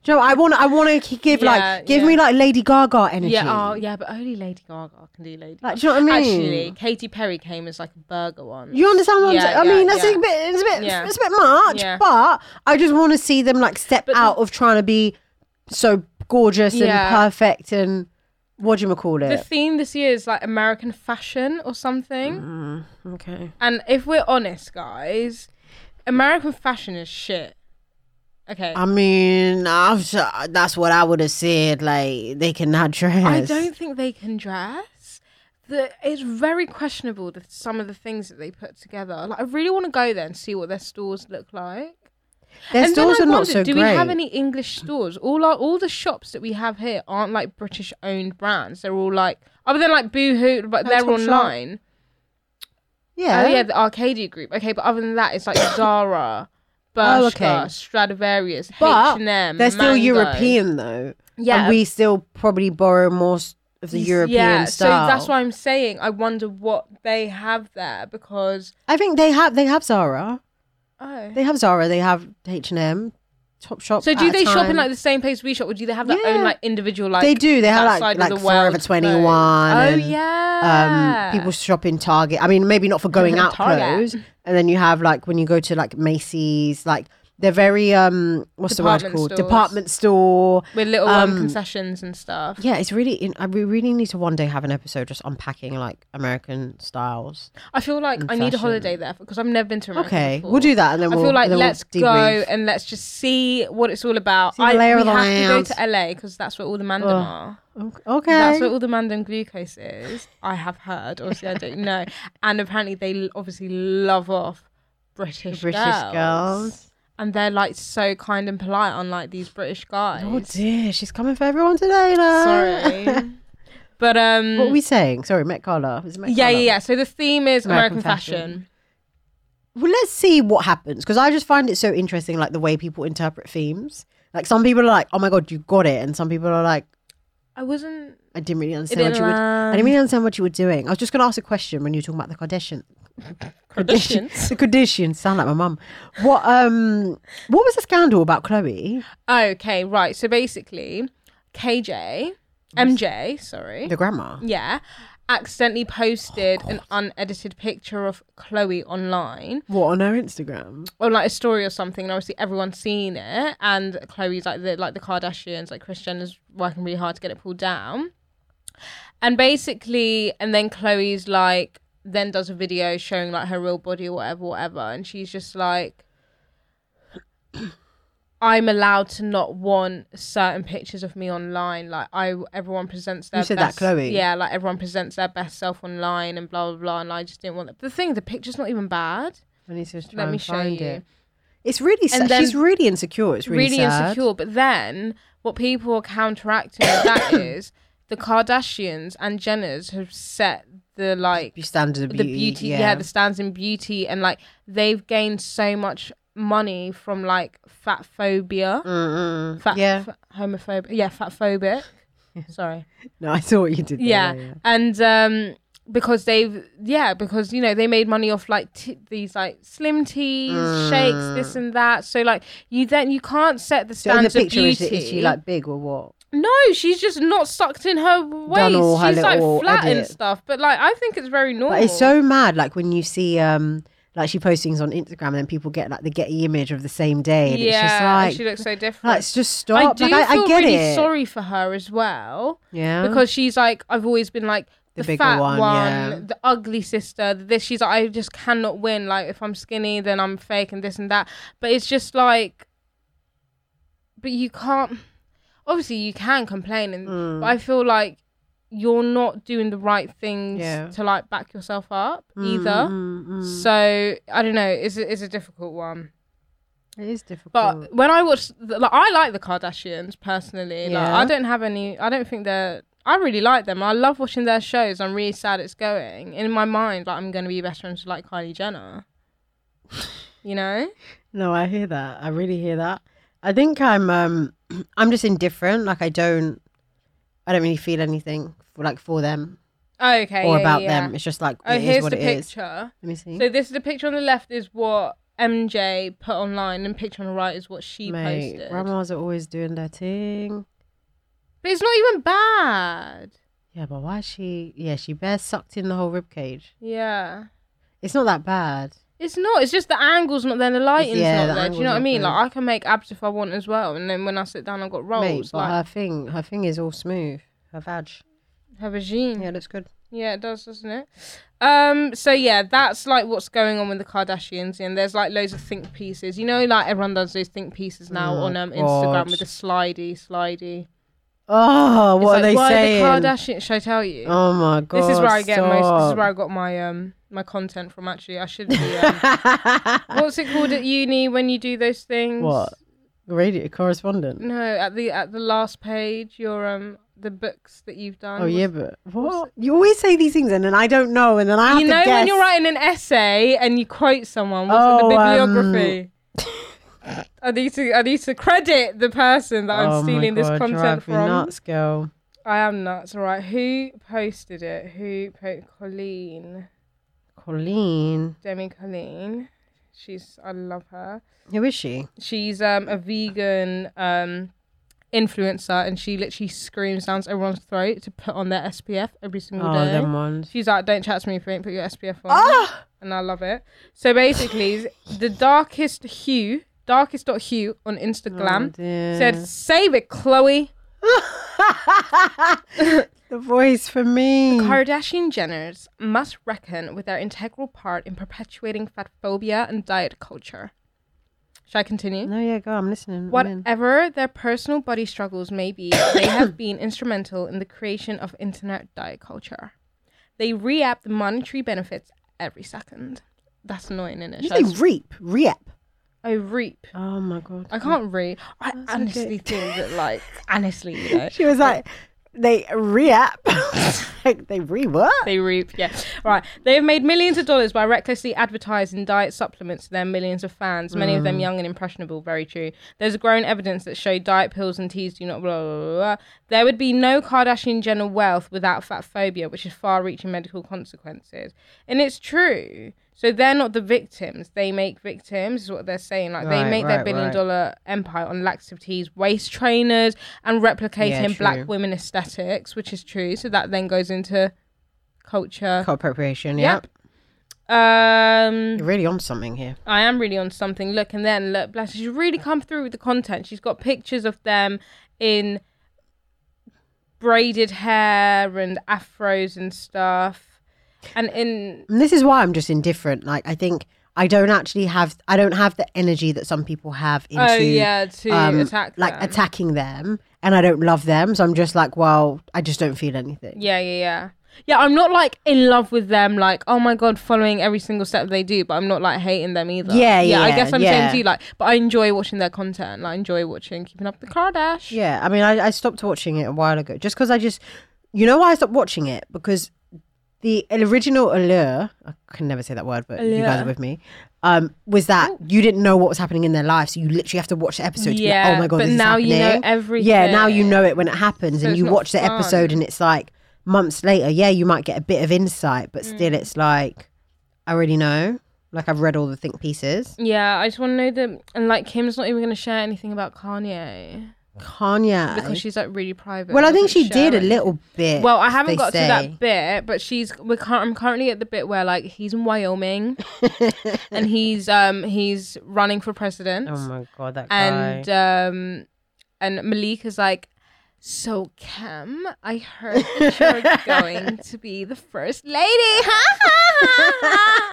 Speaker 2: Do you know, what? I want I want to give
Speaker 1: Yeah,
Speaker 2: like give
Speaker 1: yeah.
Speaker 2: me like Lady Gaga energy.
Speaker 1: Yeah. Oh, yeah. But only Lady Gaga can do Lady.
Speaker 2: Like,
Speaker 1: Gaga.
Speaker 2: do you know what I mean?
Speaker 1: Actually, Katy Perry came as like a burger one.
Speaker 2: You understand what I'm
Speaker 1: Yeah,
Speaker 2: saying? I
Speaker 1: yeah,
Speaker 2: mean, that's
Speaker 1: yeah.
Speaker 2: a bit, it's a bit,
Speaker 1: Yeah.
Speaker 2: it's a bit much,
Speaker 1: Yeah.
Speaker 2: but I just want to see them like step
Speaker 1: But the-
Speaker 2: out of trying to be so gorgeous
Speaker 1: Yeah.
Speaker 2: and perfect and what do you call
Speaker 1: The
Speaker 2: it?
Speaker 1: theme this year is like American fashion or something.
Speaker 2: okay.
Speaker 1: And if we're honest, guys, American fashion is shit. Okay.
Speaker 2: I mean, I've, s- that's what I would have said. Like they cannot dress.
Speaker 1: I don't think they can dress. The, it's very questionable the, some of the things that they put together. Like I really want to go there and see what their stores look like.
Speaker 2: Their
Speaker 1: and
Speaker 2: stores are
Speaker 1: then I
Speaker 2: not
Speaker 1: wondered,
Speaker 2: so
Speaker 1: do
Speaker 2: great.
Speaker 1: we have any English stores? All our all the shops that we have here aren't like British owned brands. They're all like other than like Boohoo, but
Speaker 2: No,
Speaker 1: they're
Speaker 2: Topshop.
Speaker 1: online.
Speaker 2: yeah.
Speaker 1: Oh yeah, the Arcadia Group. Okay, but other than that, it's like Zara, Bershka,
Speaker 2: Oh, okay.
Speaker 1: Stradivarius,
Speaker 2: but
Speaker 1: H and M.
Speaker 2: they're still European though.
Speaker 1: Yeah.
Speaker 2: And we still probably borrow more s- of the European
Speaker 1: yeah,
Speaker 2: style.
Speaker 1: so that's why I'm saying I wonder what they have there because
Speaker 2: I think they have they have Zara.
Speaker 1: oh.
Speaker 2: They have Zara, they have H and M, Top Shop.
Speaker 1: so do
Speaker 2: at a
Speaker 1: they shop in
Speaker 2: time.
Speaker 1: like the same place we shop, or do they have their
Speaker 2: Yeah.
Speaker 1: own like individual like?
Speaker 2: they do? They have like
Speaker 1: that side of
Speaker 2: like
Speaker 1: the
Speaker 2: Forever
Speaker 1: world
Speaker 2: Twenty One.
Speaker 1: clothes. Oh
Speaker 2: and,
Speaker 1: yeah.
Speaker 2: Um, people shop in Target. I mean, maybe not for going out
Speaker 1: Target.
Speaker 2: clothes, and then you have like when you go to like Macy's, like they're very um what's the word
Speaker 1: Department
Speaker 2: called
Speaker 1: stores.
Speaker 2: department store.
Speaker 1: with little um,
Speaker 2: Um,
Speaker 1: concessions and stuff.
Speaker 2: Yeah, it's really. in- I we really need to one day have an episode just unpacking like American styles.
Speaker 1: I feel like
Speaker 2: and
Speaker 1: I need a
Speaker 2: fashion.
Speaker 1: holiday there because I've never been to America.
Speaker 2: Okay,
Speaker 1: before.
Speaker 2: we'll do that, and then
Speaker 1: I
Speaker 2: we'll.
Speaker 1: feel like
Speaker 2: and then
Speaker 1: let's
Speaker 2: we'll
Speaker 1: go
Speaker 2: debrief.
Speaker 1: and let's just see what it's all about.
Speaker 2: See the layer
Speaker 1: we
Speaker 2: of the
Speaker 1: have to go to
Speaker 2: land.
Speaker 1: LA because that's where all the mandem
Speaker 2: Ugh.
Speaker 1: are.
Speaker 2: Okay,
Speaker 1: That's where all the mandem glucose is. I have heard. Obviously, I don't know. And apparently, they l- obviously love off British
Speaker 2: British
Speaker 1: girls.
Speaker 2: girls.
Speaker 1: and they're like so kind and polite, unlike these British guys.
Speaker 2: Oh dear, she's coming for everyone today now.
Speaker 1: Sorry, but um,
Speaker 2: what are we saying? Sorry, Met Gala. Is it Met
Speaker 1: yeah, yeah,
Speaker 2: Gala?
Speaker 1: yeah. So the theme is
Speaker 2: American
Speaker 1: American,
Speaker 2: fashion.
Speaker 1: fashion.
Speaker 2: Well, let's see what happens because I just find it so interesting, like the way people interpret themes. Like some people are like, "Oh my god, you got it," and some people are like,
Speaker 1: I wasn't.
Speaker 2: "I didn't really understand
Speaker 1: didn't
Speaker 2: what you were. I didn't
Speaker 1: land.
Speaker 2: really understand what you were doing." I was just going to ask a question when you were talking about the Kardashian.
Speaker 1: Kardashians.
Speaker 2: the Kardashians sound like my mum. What um, what was the scandal about Chloe,
Speaker 1: Okay, right. So basically, KJ, MJ, sorry,
Speaker 2: the grandma?
Speaker 1: yeah, accidentally posted an unedited picture of Chloe online,
Speaker 2: What on her Instagram?
Speaker 1: or like a story or something, and obviously everyone's seen it. And Chloe's like the like the Kardashians, like Kris Jenner's working really hard to get it pulled down. And basically, and then Chloe's like then does a video showing like her real body or whatever, whatever, and she's just like. I'm allowed to not want certain pictures of me online. Like I, everyone presents their
Speaker 2: You said that,
Speaker 1: best,
Speaker 2: Chloe.
Speaker 1: Yeah, like everyone presents their best self online and blah blah blah. And I just didn't want that. The thing, the picture's not even bad.
Speaker 2: I need to just try
Speaker 1: Let
Speaker 2: and
Speaker 1: me show
Speaker 2: find
Speaker 1: you.
Speaker 2: it. It's really.
Speaker 1: And
Speaker 2: Sad.
Speaker 1: then-
Speaker 2: She's really insecure. It's really,
Speaker 1: really,
Speaker 2: sad.
Speaker 1: insecure. But then what people are counteracting with that is the Kardashians and Jenners have set the like
Speaker 2: Your standard of
Speaker 1: the
Speaker 2: beauty.
Speaker 1: beauty, yeah.
Speaker 2: yeah
Speaker 1: the stands in beauty, and like they've gained so much money from like fat phobia,
Speaker 2: Mm-mm.
Speaker 1: fat
Speaker 2: Mm, yeah.
Speaker 1: f- homophobic, yeah, fat phobic. Sorry,
Speaker 2: No, I saw what you did. there,
Speaker 1: yeah. and um because they've yeah because you know they made money off like t- these like slim teas shakes this and that so like you then you can't set the
Speaker 2: Mm. So in the
Speaker 1: standards of
Speaker 2: picture,
Speaker 1: beauty
Speaker 2: is, is she like big or what?
Speaker 1: no she's just not sucked in her waist
Speaker 2: all her
Speaker 1: she's
Speaker 2: little
Speaker 1: like flat and
Speaker 2: edit.
Speaker 1: stuff but like i think it's very normal
Speaker 2: But it's so mad, like when you see um like she posts things on Instagram and then people get like the Getty image of the same day. And
Speaker 1: yeah and
Speaker 2: it's just
Speaker 1: she
Speaker 2: like,
Speaker 1: looks so different
Speaker 2: like it's just stop.
Speaker 1: i do
Speaker 2: like, I,
Speaker 1: feel
Speaker 2: I get
Speaker 1: really
Speaker 2: it.
Speaker 1: sorry for her as well
Speaker 2: Yeah.
Speaker 1: because she's like I've always been like
Speaker 2: Uh-huh. The
Speaker 1: the,
Speaker 2: bigger
Speaker 1: fat
Speaker 2: one,
Speaker 1: one,
Speaker 2: yeah.
Speaker 1: the ugly sister. the This she's like I just cannot win. Like if I'm skinny, then I'm fake and this and that. But it's just like, but you can't. Obviously, you can complain, and
Speaker 2: Mm.
Speaker 1: but I feel like you're not doing the right things
Speaker 2: Yeah.
Speaker 1: to like back yourself up either.
Speaker 2: Mm, mm, mm.
Speaker 1: So I don't know. It's a, it's a difficult one.
Speaker 2: it is difficult.
Speaker 1: But when I watch, the- like, I like the Kardashians personally. Like,
Speaker 2: Yeah.
Speaker 1: I don't have any. I don't think they're. I really like them. I love watching their shows. I'm really sad it's going. In my mind, like I'm gonna be best friends with like Kylie Jenner. You know,
Speaker 2: No, I hear that. I really hear that. I think I'm um I'm just indifferent. Like I don't I don't really feel anything for, like for them
Speaker 1: okay,
Speaker 2: or
Speaker 1: yeah,
Speaker 2: about
Speaker 1: yeah.
Speaker 2: them. It's just like
Speaker 1: Oh,
Speaker 2: it is
Speaker 1: here's
Speaker 2: what it
Speaker 1: the
Speaker 2: is. Hmm?
Speaker 1: picture.
Speaker 2: Let me see.
Speaker 1: So this is the picture on the left is what MJ put online, and picture on the right is what she
Speaker 2: Mate,
Speaker 1: posted.
Speaker 2: grandmas are always doing their thing.
Speaker 1: But it's not even bad.
Speaker 2: Yeah, but why is she? Yeah, she bare sucked in the whole rib cage.
Speaker 1: Yeah.
Speaker 2: It's not that bad.
Speaker 1: It's not. It's just the angle's not there. The lighting's
Speaker 2: yeah, the
Speaker 1: not there. Do you
Speaker 2: angle's
Speaker 1: know what I
Speaker 2: not
Speaker 1: mean?
Speaker 2: there.
Speaker 1: Like I can make abs if I want as well, and then when I sit down, I've got rolls.
Speaker 2: Mate, but
Speaker 1: Oh, like
Speaker 2: her thing, her thing is all smooth. Her vag.
Speaker 1: her regime.
Speaker 2: Yeah,
Speaker 1: Yeah.
Speaker 2: looks good.
Speaker 1: it does, doesn't it? Um. So yeah, that's like what's going on with the Kardashians, and there's like loads of think pieces. You know, like everyone does those think pieces now on um,
Speaker 2: Oh God.
Speaker 1: Instagram with the slidey, slidey.
Speaker 2: Oh,
Speaker 1: It's
Speaker 2: what
Speaker 1: like,
Speaker 2: are they
Speaker 1: why
Speaker 2: saying?
Speaker 1: The Kardashians. Should I tell you?
Speaker 2: oh my god.
Speaker 1: this is where I get most. This is
Speaker 2: stop.
Speaker 1: where I got my um my content from. Actually, I should be. Um, what's it called at uni when you do those things?
Speaker 2: what? Radio correspondent.
Speaker 1: No, at the at the last page, your um the books that you've done.
Speaker 2: Oh
Speaker 1: was-
Speaker 2: yeah, but what? You always say these things and then I don't know and then I have
Speaker 1: You
Speaker 2: to
Speaker 1: know
Speaker 2: guess.
Speaker 1: when you're writing an essay and you quote someone, what's
Speaker 2: Oh,
Speaker 1: the bibliography? I need to I need to credit the person that
Speaker 2: Oh
Speaker 1: I'm
Speaker 2: my
Speaker 1: stealing this
Speaker 2: God,
Speaker 1: content
Speaker 2: drive me
Speaker 1: from.
Speaker 2: Nuts, girl.
Speaker 1: I am nuts. All right, who posted it? Who po- Colleen?
Speaker 2: Colleen,
Speaker 1: Demi Colleen. She's I love her.
Speaker 2: who is she?
Speaker 1: She's um a vegan um influencer and she literally screams down everyone's throat to put on their SPF every single
Speaker 2: Oh,
Speaker 1: day.
Speaker 2: them ones.
Speaker 1: She's like, don't chat to me if you ain't put your SPF on.
Speaker 2: Ah,
Speaker 1: and I love it. So basically, the darkest hue, darkest dot hue on
Speaker 2: Oh,
Speaker 1: Instagram said, "Save it, Chloe
Speaker 2: The voice for me.
Speaker 1: Kardashian Jenners must reckon with their integral part in perpetuating fat phobia and diet culture." Shall I continue?
Speaker 2: no, yeah, go. I'm listening. I'm in.
Speaker 1: Whatever their personal body struggles may be, they have been instrumental in the creation of internet diet culture. They reap the monetary benefits every second. That's annoying, isn't it?
Speaker 2: You
Speaker 1: Shall I
Speaker 2: say
Speaker 1: s-
Speaker 2: reap, reap.
Speaker 1: I reap.
Speaker 2: Oh my god.
Speaker 1: I can't read. I honestly think that, like, honestly, you know,
Speaker 2: She was like, they reap. like they re what?
Speaker 1: they reap. Yeah, right. They have made millions of dollars by recklessly advertising diet supplements to their millions of fans. Many of
Speaker 2: Mm.
Speaker 1: them young and impressionable. Very true. There's growing evidence that show diet pills and teas do not. Blah blah blah. blah. There would be no Kardashian Jenner wealth without fat phobia, which has far-reaching medical consequences. And it's true. So they're not the victims. They make victims, is what they're saying. Like
Speaker 2: Right,
Speaker 1: they make
Speaker 2: right,
Speaker 1: their billion
Speaker 2: right.
Speaker 1: dollar empire on laxative teas, waist trainers, and replicating
Speaker 2: Yeah, true.
Speaker 1: black women aesthetics, which is true. So that then goes into culture.
Speaker 2: Appropriation.
Speaker 1: Yep.
Speaker 2: Yep.
Speaker 1: Um,
Speaker 2: You're really on something here.
Speaker 1: I am really on something. Look, and then look, bless her, she's really come through with the content. She's got pictures of them in braided hair and afros and stuff, and in
Speaker 2: And this is why I'm just indifferent. Like I think I don't actually have I don't have the energy that some people have into
Speaker 1: oh yeah, to
Speaker 2: um,
Speaker 1: attack
Speaker 2: like
Speaker 1: them.
Speaker 2: attacking them and I don't love them. So I'm just like, well, I just don't feel anything.
Speaker 1: Yeah, yeah, yeah. Yeah, I'm not like in love with them, like, oh my god, following every single step they do, but I'm not like hating them either.
Speaker 2: Yeah,
Speaker 1: I
Speaker 2: yeah,
Speaker 1: guess I'm saying
Speaker 2: yeah.
Speaker 1: to you, like, but I enjoy watching their content. Like, I enjoy watching Keeping Up with the Kardashians.
Speaker 2: Yeah, I mean, I, I stopped watching it a while ago just because I just, you know, why I stopped watching it because the original allure, I can never say that word, but you guys
Speaker 1: Allure. Oh.
Speaker 2: are with me, um, was that you didn't know what was happening in their life, so you literally have to watch the episode. to be, like,
Speaker 1: Yeah,
Speaker 2: oh my god,
Speaker 1: but
Speaker 2: this is
Speaker 1: now you know
Speaker 2: happening."
Speaker 1: everything.
Speaker 2: Yeah, now you know it when it happens,
Speaker 1: So
Speaker 2: and
Speaker 1: it's
Speaker 2: you
Speaker 1: not
Speaker 2: watch the
Speaker 1: fun.
Speaker 2: episode, and it's like months later. Yeah, you might get a bit of insight,
Speaker 1: Mm.
Speaker 2: but still, it's like I already know. Like I've read all the think pieces.
Speaker 1: Yeah, I just want to know that, and like Kim's not even going to share anything about Kanye
Speaker 2: Kanye.
Speaker 1: Mm. because she's like really private.
Speaker 2: well, I
Speaker 1: and
Speaker 2: think
Speaker 1: doesn't
Speaker 2: she did
Speaker 1: share
Speaker 2: a little bit.
Speaker 1: Well, I haven't
Speaker 2: they
Speaker 1: got to
Speaker 2: say.
Speaker 1: that bit, but she's we can't, I'm currently at the bit where like he's in Wyoming, and he's um he's running for president.
Speaker 2: Oh my god, that
Speaker 1: and
Speaker 2: guy.
Speaker 1: um and Malik is like so Kim, I heard that you're going to be the first lady.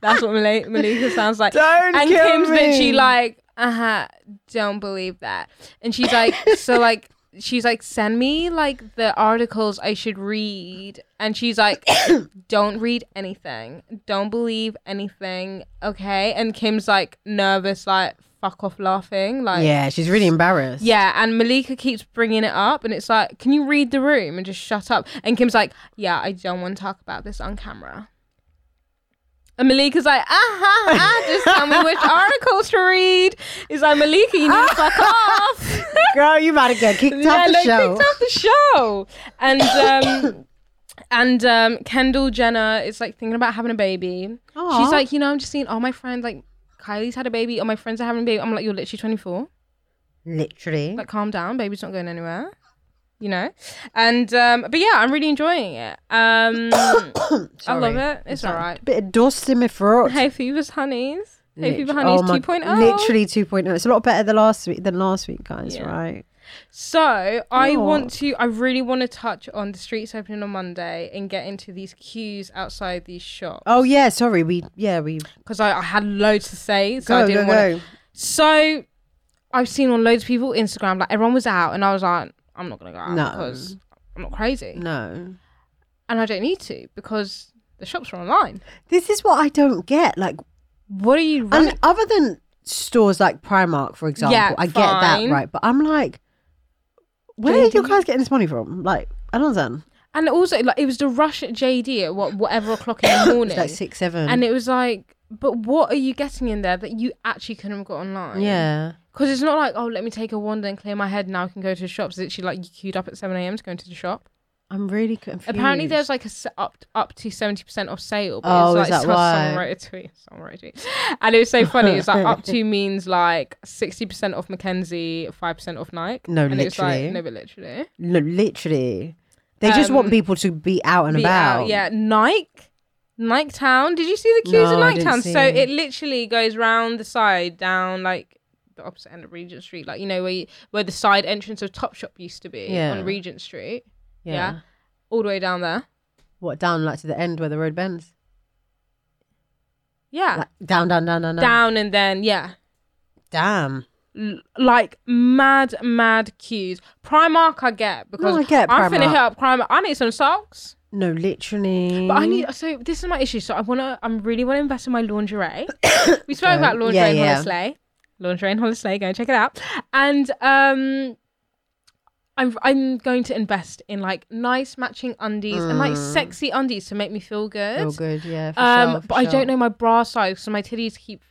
Speaker 1: That's what Malik Malika sounds like.
Speaker 2: Don't
Speaker 1: and
Speaker 2: kill
Speaker 1: Kim's literally
Speaker 2: me.
Speaker 1: like, uh huh, don't believe that. And she's like, so like, she's like, send me like the articles I should read. And she's like, don't read anything. Don't believe anything. Okay. And Kim's like, nervous, like, fuck off laughing. Like,
Speaker 2: yeah, she's really embarrassed.
Speaker 1: yeah, and Malika keeps bringing it up, and it's like, can you read the room and just shut up? And Kim's like, yeah, I don't want to talk about this on camera. And Malika's like, ah, ha, ha, just tell me which articles to read. It's like, Malika, you need to fuck off.
Speaker 2: girl, you about to get kicked
Speaker 1: Yeah,
Speaker 2: off the
Speaker 1: like,
Speaker 2: show.
Speaker 1: Kicked off the show. And, um, and um, Kendall Jenner is like thinking about having a baby.
Speaker 2: Aw.
Speaker 1: She's like, you know, I'm just seeing all my friends, like, Kylie's had a baby, all my friends are having a baby. I'm like, you're literally 24
Speaker 2: Literally,
Speaker 1: like calm down baby's not going anywhere you know and um but yeah i'm really enjoying it um i love it it's all right
Speaker 2: bit of dust in my throat.
Speaker 1: hey fevers honeys hey fever
Speaker 2: Literally-
Speaker 1: honeys
Speaker 2: oh my-
Speaker 1: 2.0
Speaker 2: Literally 2.0. It's a lot better than last week than last week, guys.
Speaker 1: Yeah.
Speaker 2: Right?
Speaker 1: so i want
Speaker 2: God.
Speaker 1: to i really want to touch on the streets opening on monday and get into these queues outside these shops
Speaker 2: Oh yeah. Sorry. We yeah we
Speaker 1: because I, I had loads to say so i
Speaker 2: go go
Speaker 1: didn't want
Speaker 2: go.
Speaker 1: so i've seen on loads of people instagram like everyone was out and i was like i'm not gonna go out
Speaker 2: No.
Speaker 1: because i'm not crazy
Speaker 2: No.
Speaker 1: and I don't need to because the shops are online.
Speaker 2: This is what I don't get. Like,
Speaker 1: What are you running?
Speaker 2: and other than stores like Primark, for example,
Speaker 1: Yeah,
Speaker 2: I get that
Speaker 1: fine.
Speaker 2: right. But I'm like, where are you guys getting this money from? Like, I don't understand.
Speaker 1: And also, like it was the rush at JD at what whatever o'clock in the morning,
Speaker 2: It's like six seven.
Speaker 1: and it was like, but what are you getting in there that you actually couldn't have got online?
Speaker 2: yeah.
Speaker 1: because it's not like oh, let me take a wander and clear my head. Now I can go to the shops. It's literally like you queued up at seven a.m. to go into the shop.
Speaker 2: I'm really confused.
Speaker 1: Apparently, there's like a s- up up to seventy percent off sale. But
Speaker 2: Oh,
Speaker 1: it's
Speaker 2: is
Speaker 1: like,
Speaker 2: that
Speaker 1: some-
Speaker 2: why?
Speaker 1: Someone wrote a tweet. Someone wrote a tweet, and it was so funny. It's like up to means like sixty percent off Mackenzie, five percent off Nike.
Speaker 2: No,
Speaker 1: and It's like,
Speaker 2: literally.
Speaker 1: no, but literally.
Speaker 2: No, literally. They just want people to be out and
Speaker 1: Um, Be
Speaker 2: about.
Speaker 1: out, yeah, Nike Nighttown. Did you see the queues in
Speaker 2: No, I didn't
Speaker 1: Nighttown?
Speaker 2: see
Speaker 1: So
Speaker 2: it.
Speaker 1: it literally goes round the side down like the opposite end of Regent Street, like you know where you, where the side entrance of Topshop used to be
Speaker 2: Yeah.
Speaker 1: on Regent Street.
Speaker 2: Yeah.
Speaker 1: yeah, all the way down there.
Speaker 2: What down like to the end where the road bends?
Speaker 1: Yeah,
Speaker 2: Like down, down, down, down, down.
Speaker 1: Uh, down and then yeah,
Speaker 2: Damn.
Speaker 1: L- like mad, mad queues. Primark I get because
Speaker 2: I get
Speaker 1: am finna
Speaker 2: Primark.
Speaker 1: hit up Primark. I need some socks,
Speaker 2: No, literally.
Speaker 1: but I need. So this is my issue. So I wanna, I'm really wanna invest in my lingerie. we spoke about lingerie
Speaker 2: Yeah,
Speaker 1: in
Speaker 2: yeah.
Speaker 1: Hollisley. Lingerie in Hollisley. Go and check it out. And um. I'm, I'm going to invest in like nice matching undies and like sexy undies to make me feel good.
Speaker 2: Mm. Feel good, yeah. For
Speaker 1: Um,
Speaker 2: sure, for
Speaker 1: but I
Speaker 2: sure.
Speaker 1: don't know my bra size, so my titties keep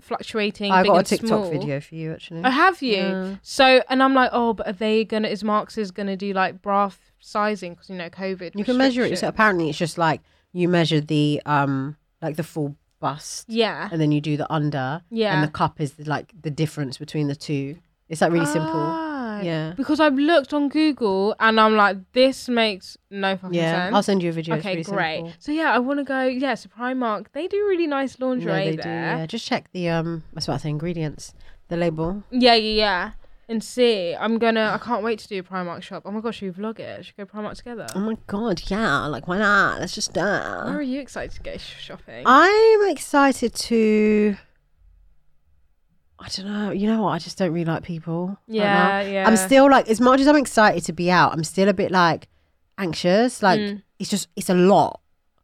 Speaker 1: fluctuating.
Speaker 2: I
Speaker 1: big
Speaker 2: got a
Speaker 1: and
Speaker 2: TikTok
Speaker 1: small.
Speaker 2: video for you actually.
Speaker 1: Oh, have you?
Speaker 2: Yeah.
Speaker 1: So, and I'm like, oh, but are they gonna? Is Marx's gonna do like bra f- sizing because you know COVID?
Speaker 2: You can measure it. So
Speaker 1: restrictions.
Speaker 2: apparently, it's just like you measure the um like the full bust,
Speaker 1: Yeah.
Speaker 2: and then you do the under,
Speaker 1: Yeah.
Speaker 2: and the cup is the, like the difference between the two. It's like really simple.
Speaker 1: Ah,
Speaker 2: Yeah.
Speaker 1: Because I've looked on Google and I'm like, this makes no fucking
Speaker 2: Yeah,
Speaker 1: sense.
Speaker 2: I'll send you a video.
Speaker 1: Okay,
Speaker 2: it's really
Speaker 1: great.
Speaker 2: Simple.
Speaker 1: So yeah, I want to go. Yeah, so Primark, they do really nice
Speaker 2: No,
Speaker 1: lingerie
Speaker 2: they do.
Speaker 1: there.
Speaker 2: Yeah, just check the um. That's what I say. Ingredients, the label.
Speaker 1: Yeah, yeah, yeah. And see, I'm gonna. I can't wait to do a Primark shop. Oh my gosh, should we vlog it? Should we go Primark together?
Speaker 2: Oh my god, yeah. Like why not? Let's just do.
Speaker 1: Where are
Speaker 2: it.
Speaker 1: you excited to go sh- shopping?
Speaker 2: I'm excited to. I don't know. You know what? I just don't really like people. right now.
Speaker 1: yeah, yeah.
Speaker 2: I'm still like, as much as I'm excited to be out, I'm still a bit like anxious. Like
Speaker 1: Mm.
Speaker 2: it's just it's a lot,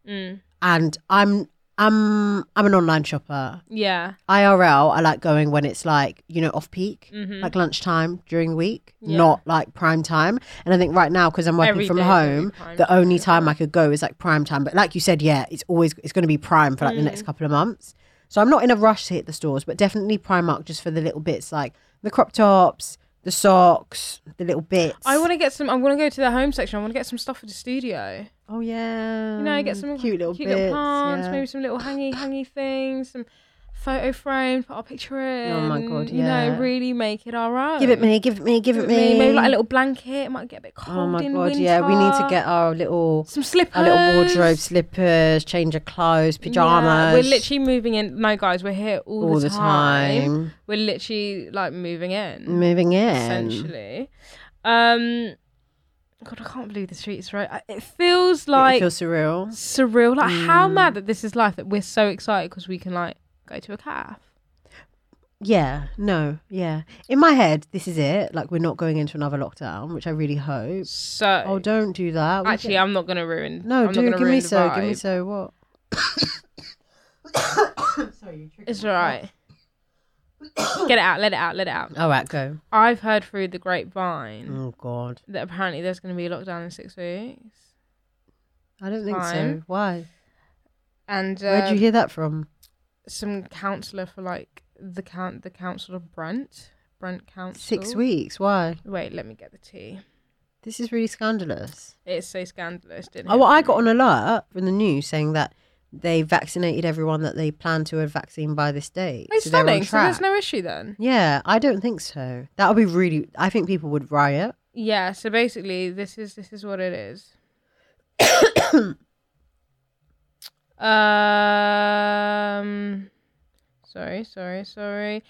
Speaker 1: Mm,
Speaker 2: and I'm I'm I'm an online shopper.
Speaker 1: yeah.
Speaker 2: IRL, I like going when it's like you know off peak,
Speaker 1: Mhm.
Speaker 2: like lunchtime during the week,
Speaker 1: Yeah.
Speaker 2: not like prime time. And I think right now because I'm working
Speaker 1: Every
Speaker 2: from
Speaker 1: day is gonna be
Speaker 2: home,
Speaker 1: prime
Speaker 2: the
Speaker 1: time,
Speaker 2: only
Speaker 1: yeah.
Speaker 2: time I could go is like prime time. But like you said, yeah, it's always it's going to be prime for like the
Speaker 1: Mm.
Speaker 2: next couple of months. So I'm not in a rush to hit the stores, but definitely Primark just for the little bits like the crop tops, the socks, the little bits.
Speaker 1: I want to get some. I want to go to the home section. I want to get some stuff for the studio.
Speaker 2: Oh yeah.
Speaker 1: You know, get some
Speaker 2: Um, cute little
Speaker 1: cute
Speaker 2: bits,
Speaker 1: little pants,
Speaker 2: yeah.
Speaker 1: maybe some little hangy, hangy things, some photo frames, put our picture in.
Speaker 2: Oh my God,
Speaker 1: You
Speaker 2: yeah.
Speaker 1: know, really make it our own.
Speaker 2: Give it me, give it me, give, it me.
Speaker 1: Maybe like a little blanket. It might get a bit cold.
Speaker 2: Oh my
Speaker 1: in
Speaker 2: god, yeah. We need to
Speaker 1: winter.
Speaker 2: get our little
Speaker 1: some slippers.
Speaker 2: our little wardrobe, slippers, change of clothes, pajamas.
Speaker 1: Yeah, we're literally moving in. No, guys, we're here all,
Speaker 2: all the time.
Speaker 1: We're literally like moving in,
Speaker 2: Moving in.
Speaker 1: essentially. Um, God, I can't believe the streets right. I- It feels like
Speaker 2: it feels surreal.
Speaker 1: surreal. Like how
Speaker 2: Mm.
Speaker 1: mad that this is life that we're so excited because we can like go to a calf.
Speaker 2: Yeah, no, yeah. In my head, this is it. Like we're not going into another lockdown, which I really hope.
Speaker 1: So
Speaker 2: Oh, don't do that. We
Speaker 1: actually,
Speaker 2: can-
Speaker 1: I'm not gonna ruin.
Speaker 2: no,
Speaker 1: I'm
Speaker 2: do
Speaker 1: not gonna
Speaker 2: give me
Speaker 1: ruin the
Speaker 2: so, give me
Speaker 1: vibe.
Speaker 2: so. What?
Speaker 1: It's alright. Get it out. Let it out. Let it out.
Speaker 2: All right, Oh, go.
Speaker 1: I've heard through the grapevine
Speaker 2: Oh God,
Speaker 1: that apparently there's gonna be a lockdown in six weeks.
Speaker 2: I don't think so.
Speaker 1: Fine.
Speaker 2: Why?
Speaker 1: and uh,
Speaker 2: Where'd you hear that from?
Speaker 1: some counselor for like the count the council of Brent Brent Council.
Speaker 2: Six weeks. Why?
Speaker 1: Wait, let me get the tea.
Speaker 2: This is really scandalous.
Speaker 1: It's so scandalous. Didn't
Speaker 2: Oh,
Speaker 1: it?
Speaker 2: well, I got an alert from the news saying that they vaccinated everyone that they planned to have vaccine by this date.
Speaker 1: It's
Speaker 2: so they're on
Speaker 1: stunning. So there's
Speaker 2: track.
Speaker 1: no issue then.
Speaker 2: Yeah, I don't think so. That would be really. I think people would riot.
Speaker 1: Yeah. So basically, this is this is what it is. um, sorry, sorry, sorry.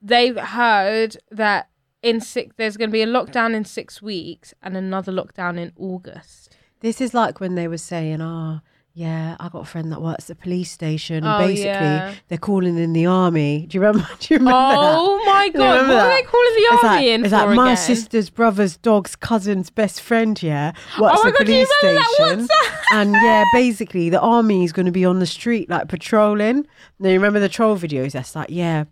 Speaker 1: They've heard that in six there's going to be a lockdown in six weeks and another lockdown in August.
Speaker 2: This is like when they were saying, "Oh, yeah, I got a friend that works at the police station, and
Speaker 1: Oh,
Speaker 2: basically
Speaker 1: yeah.
Speaker 2: they're calling in the army." Do you remember? Do you remember
Speaker 1: Oh
Speaker 2: that?
Speaker 1: my
Speaker 2: Do you
Speaker 1: God,
Speaker 2: remember
Speaker 1: what are
Speaker 2: that?
Speaker 1: they calling the
Speaker 2: It's
Speaker 1: army
Speaker 2: like-
Speaker 1: in
Speaker 2: It's like
Speaker 1: for
Speaker 2: my
Speaker 1: again?
Speaker 2: sister's brother's dog's cousin's best friend. Yeah, works
Speaker 1: Oh my
Speaker 2: at the
Speaker 1: God, do you
Speaker 2: police
Speaker 1: remember that? What's
Speaker 2: station, and yeah, basically the army is going to be on the street like patrolling. Now you remember the troll videos? That's like yeah.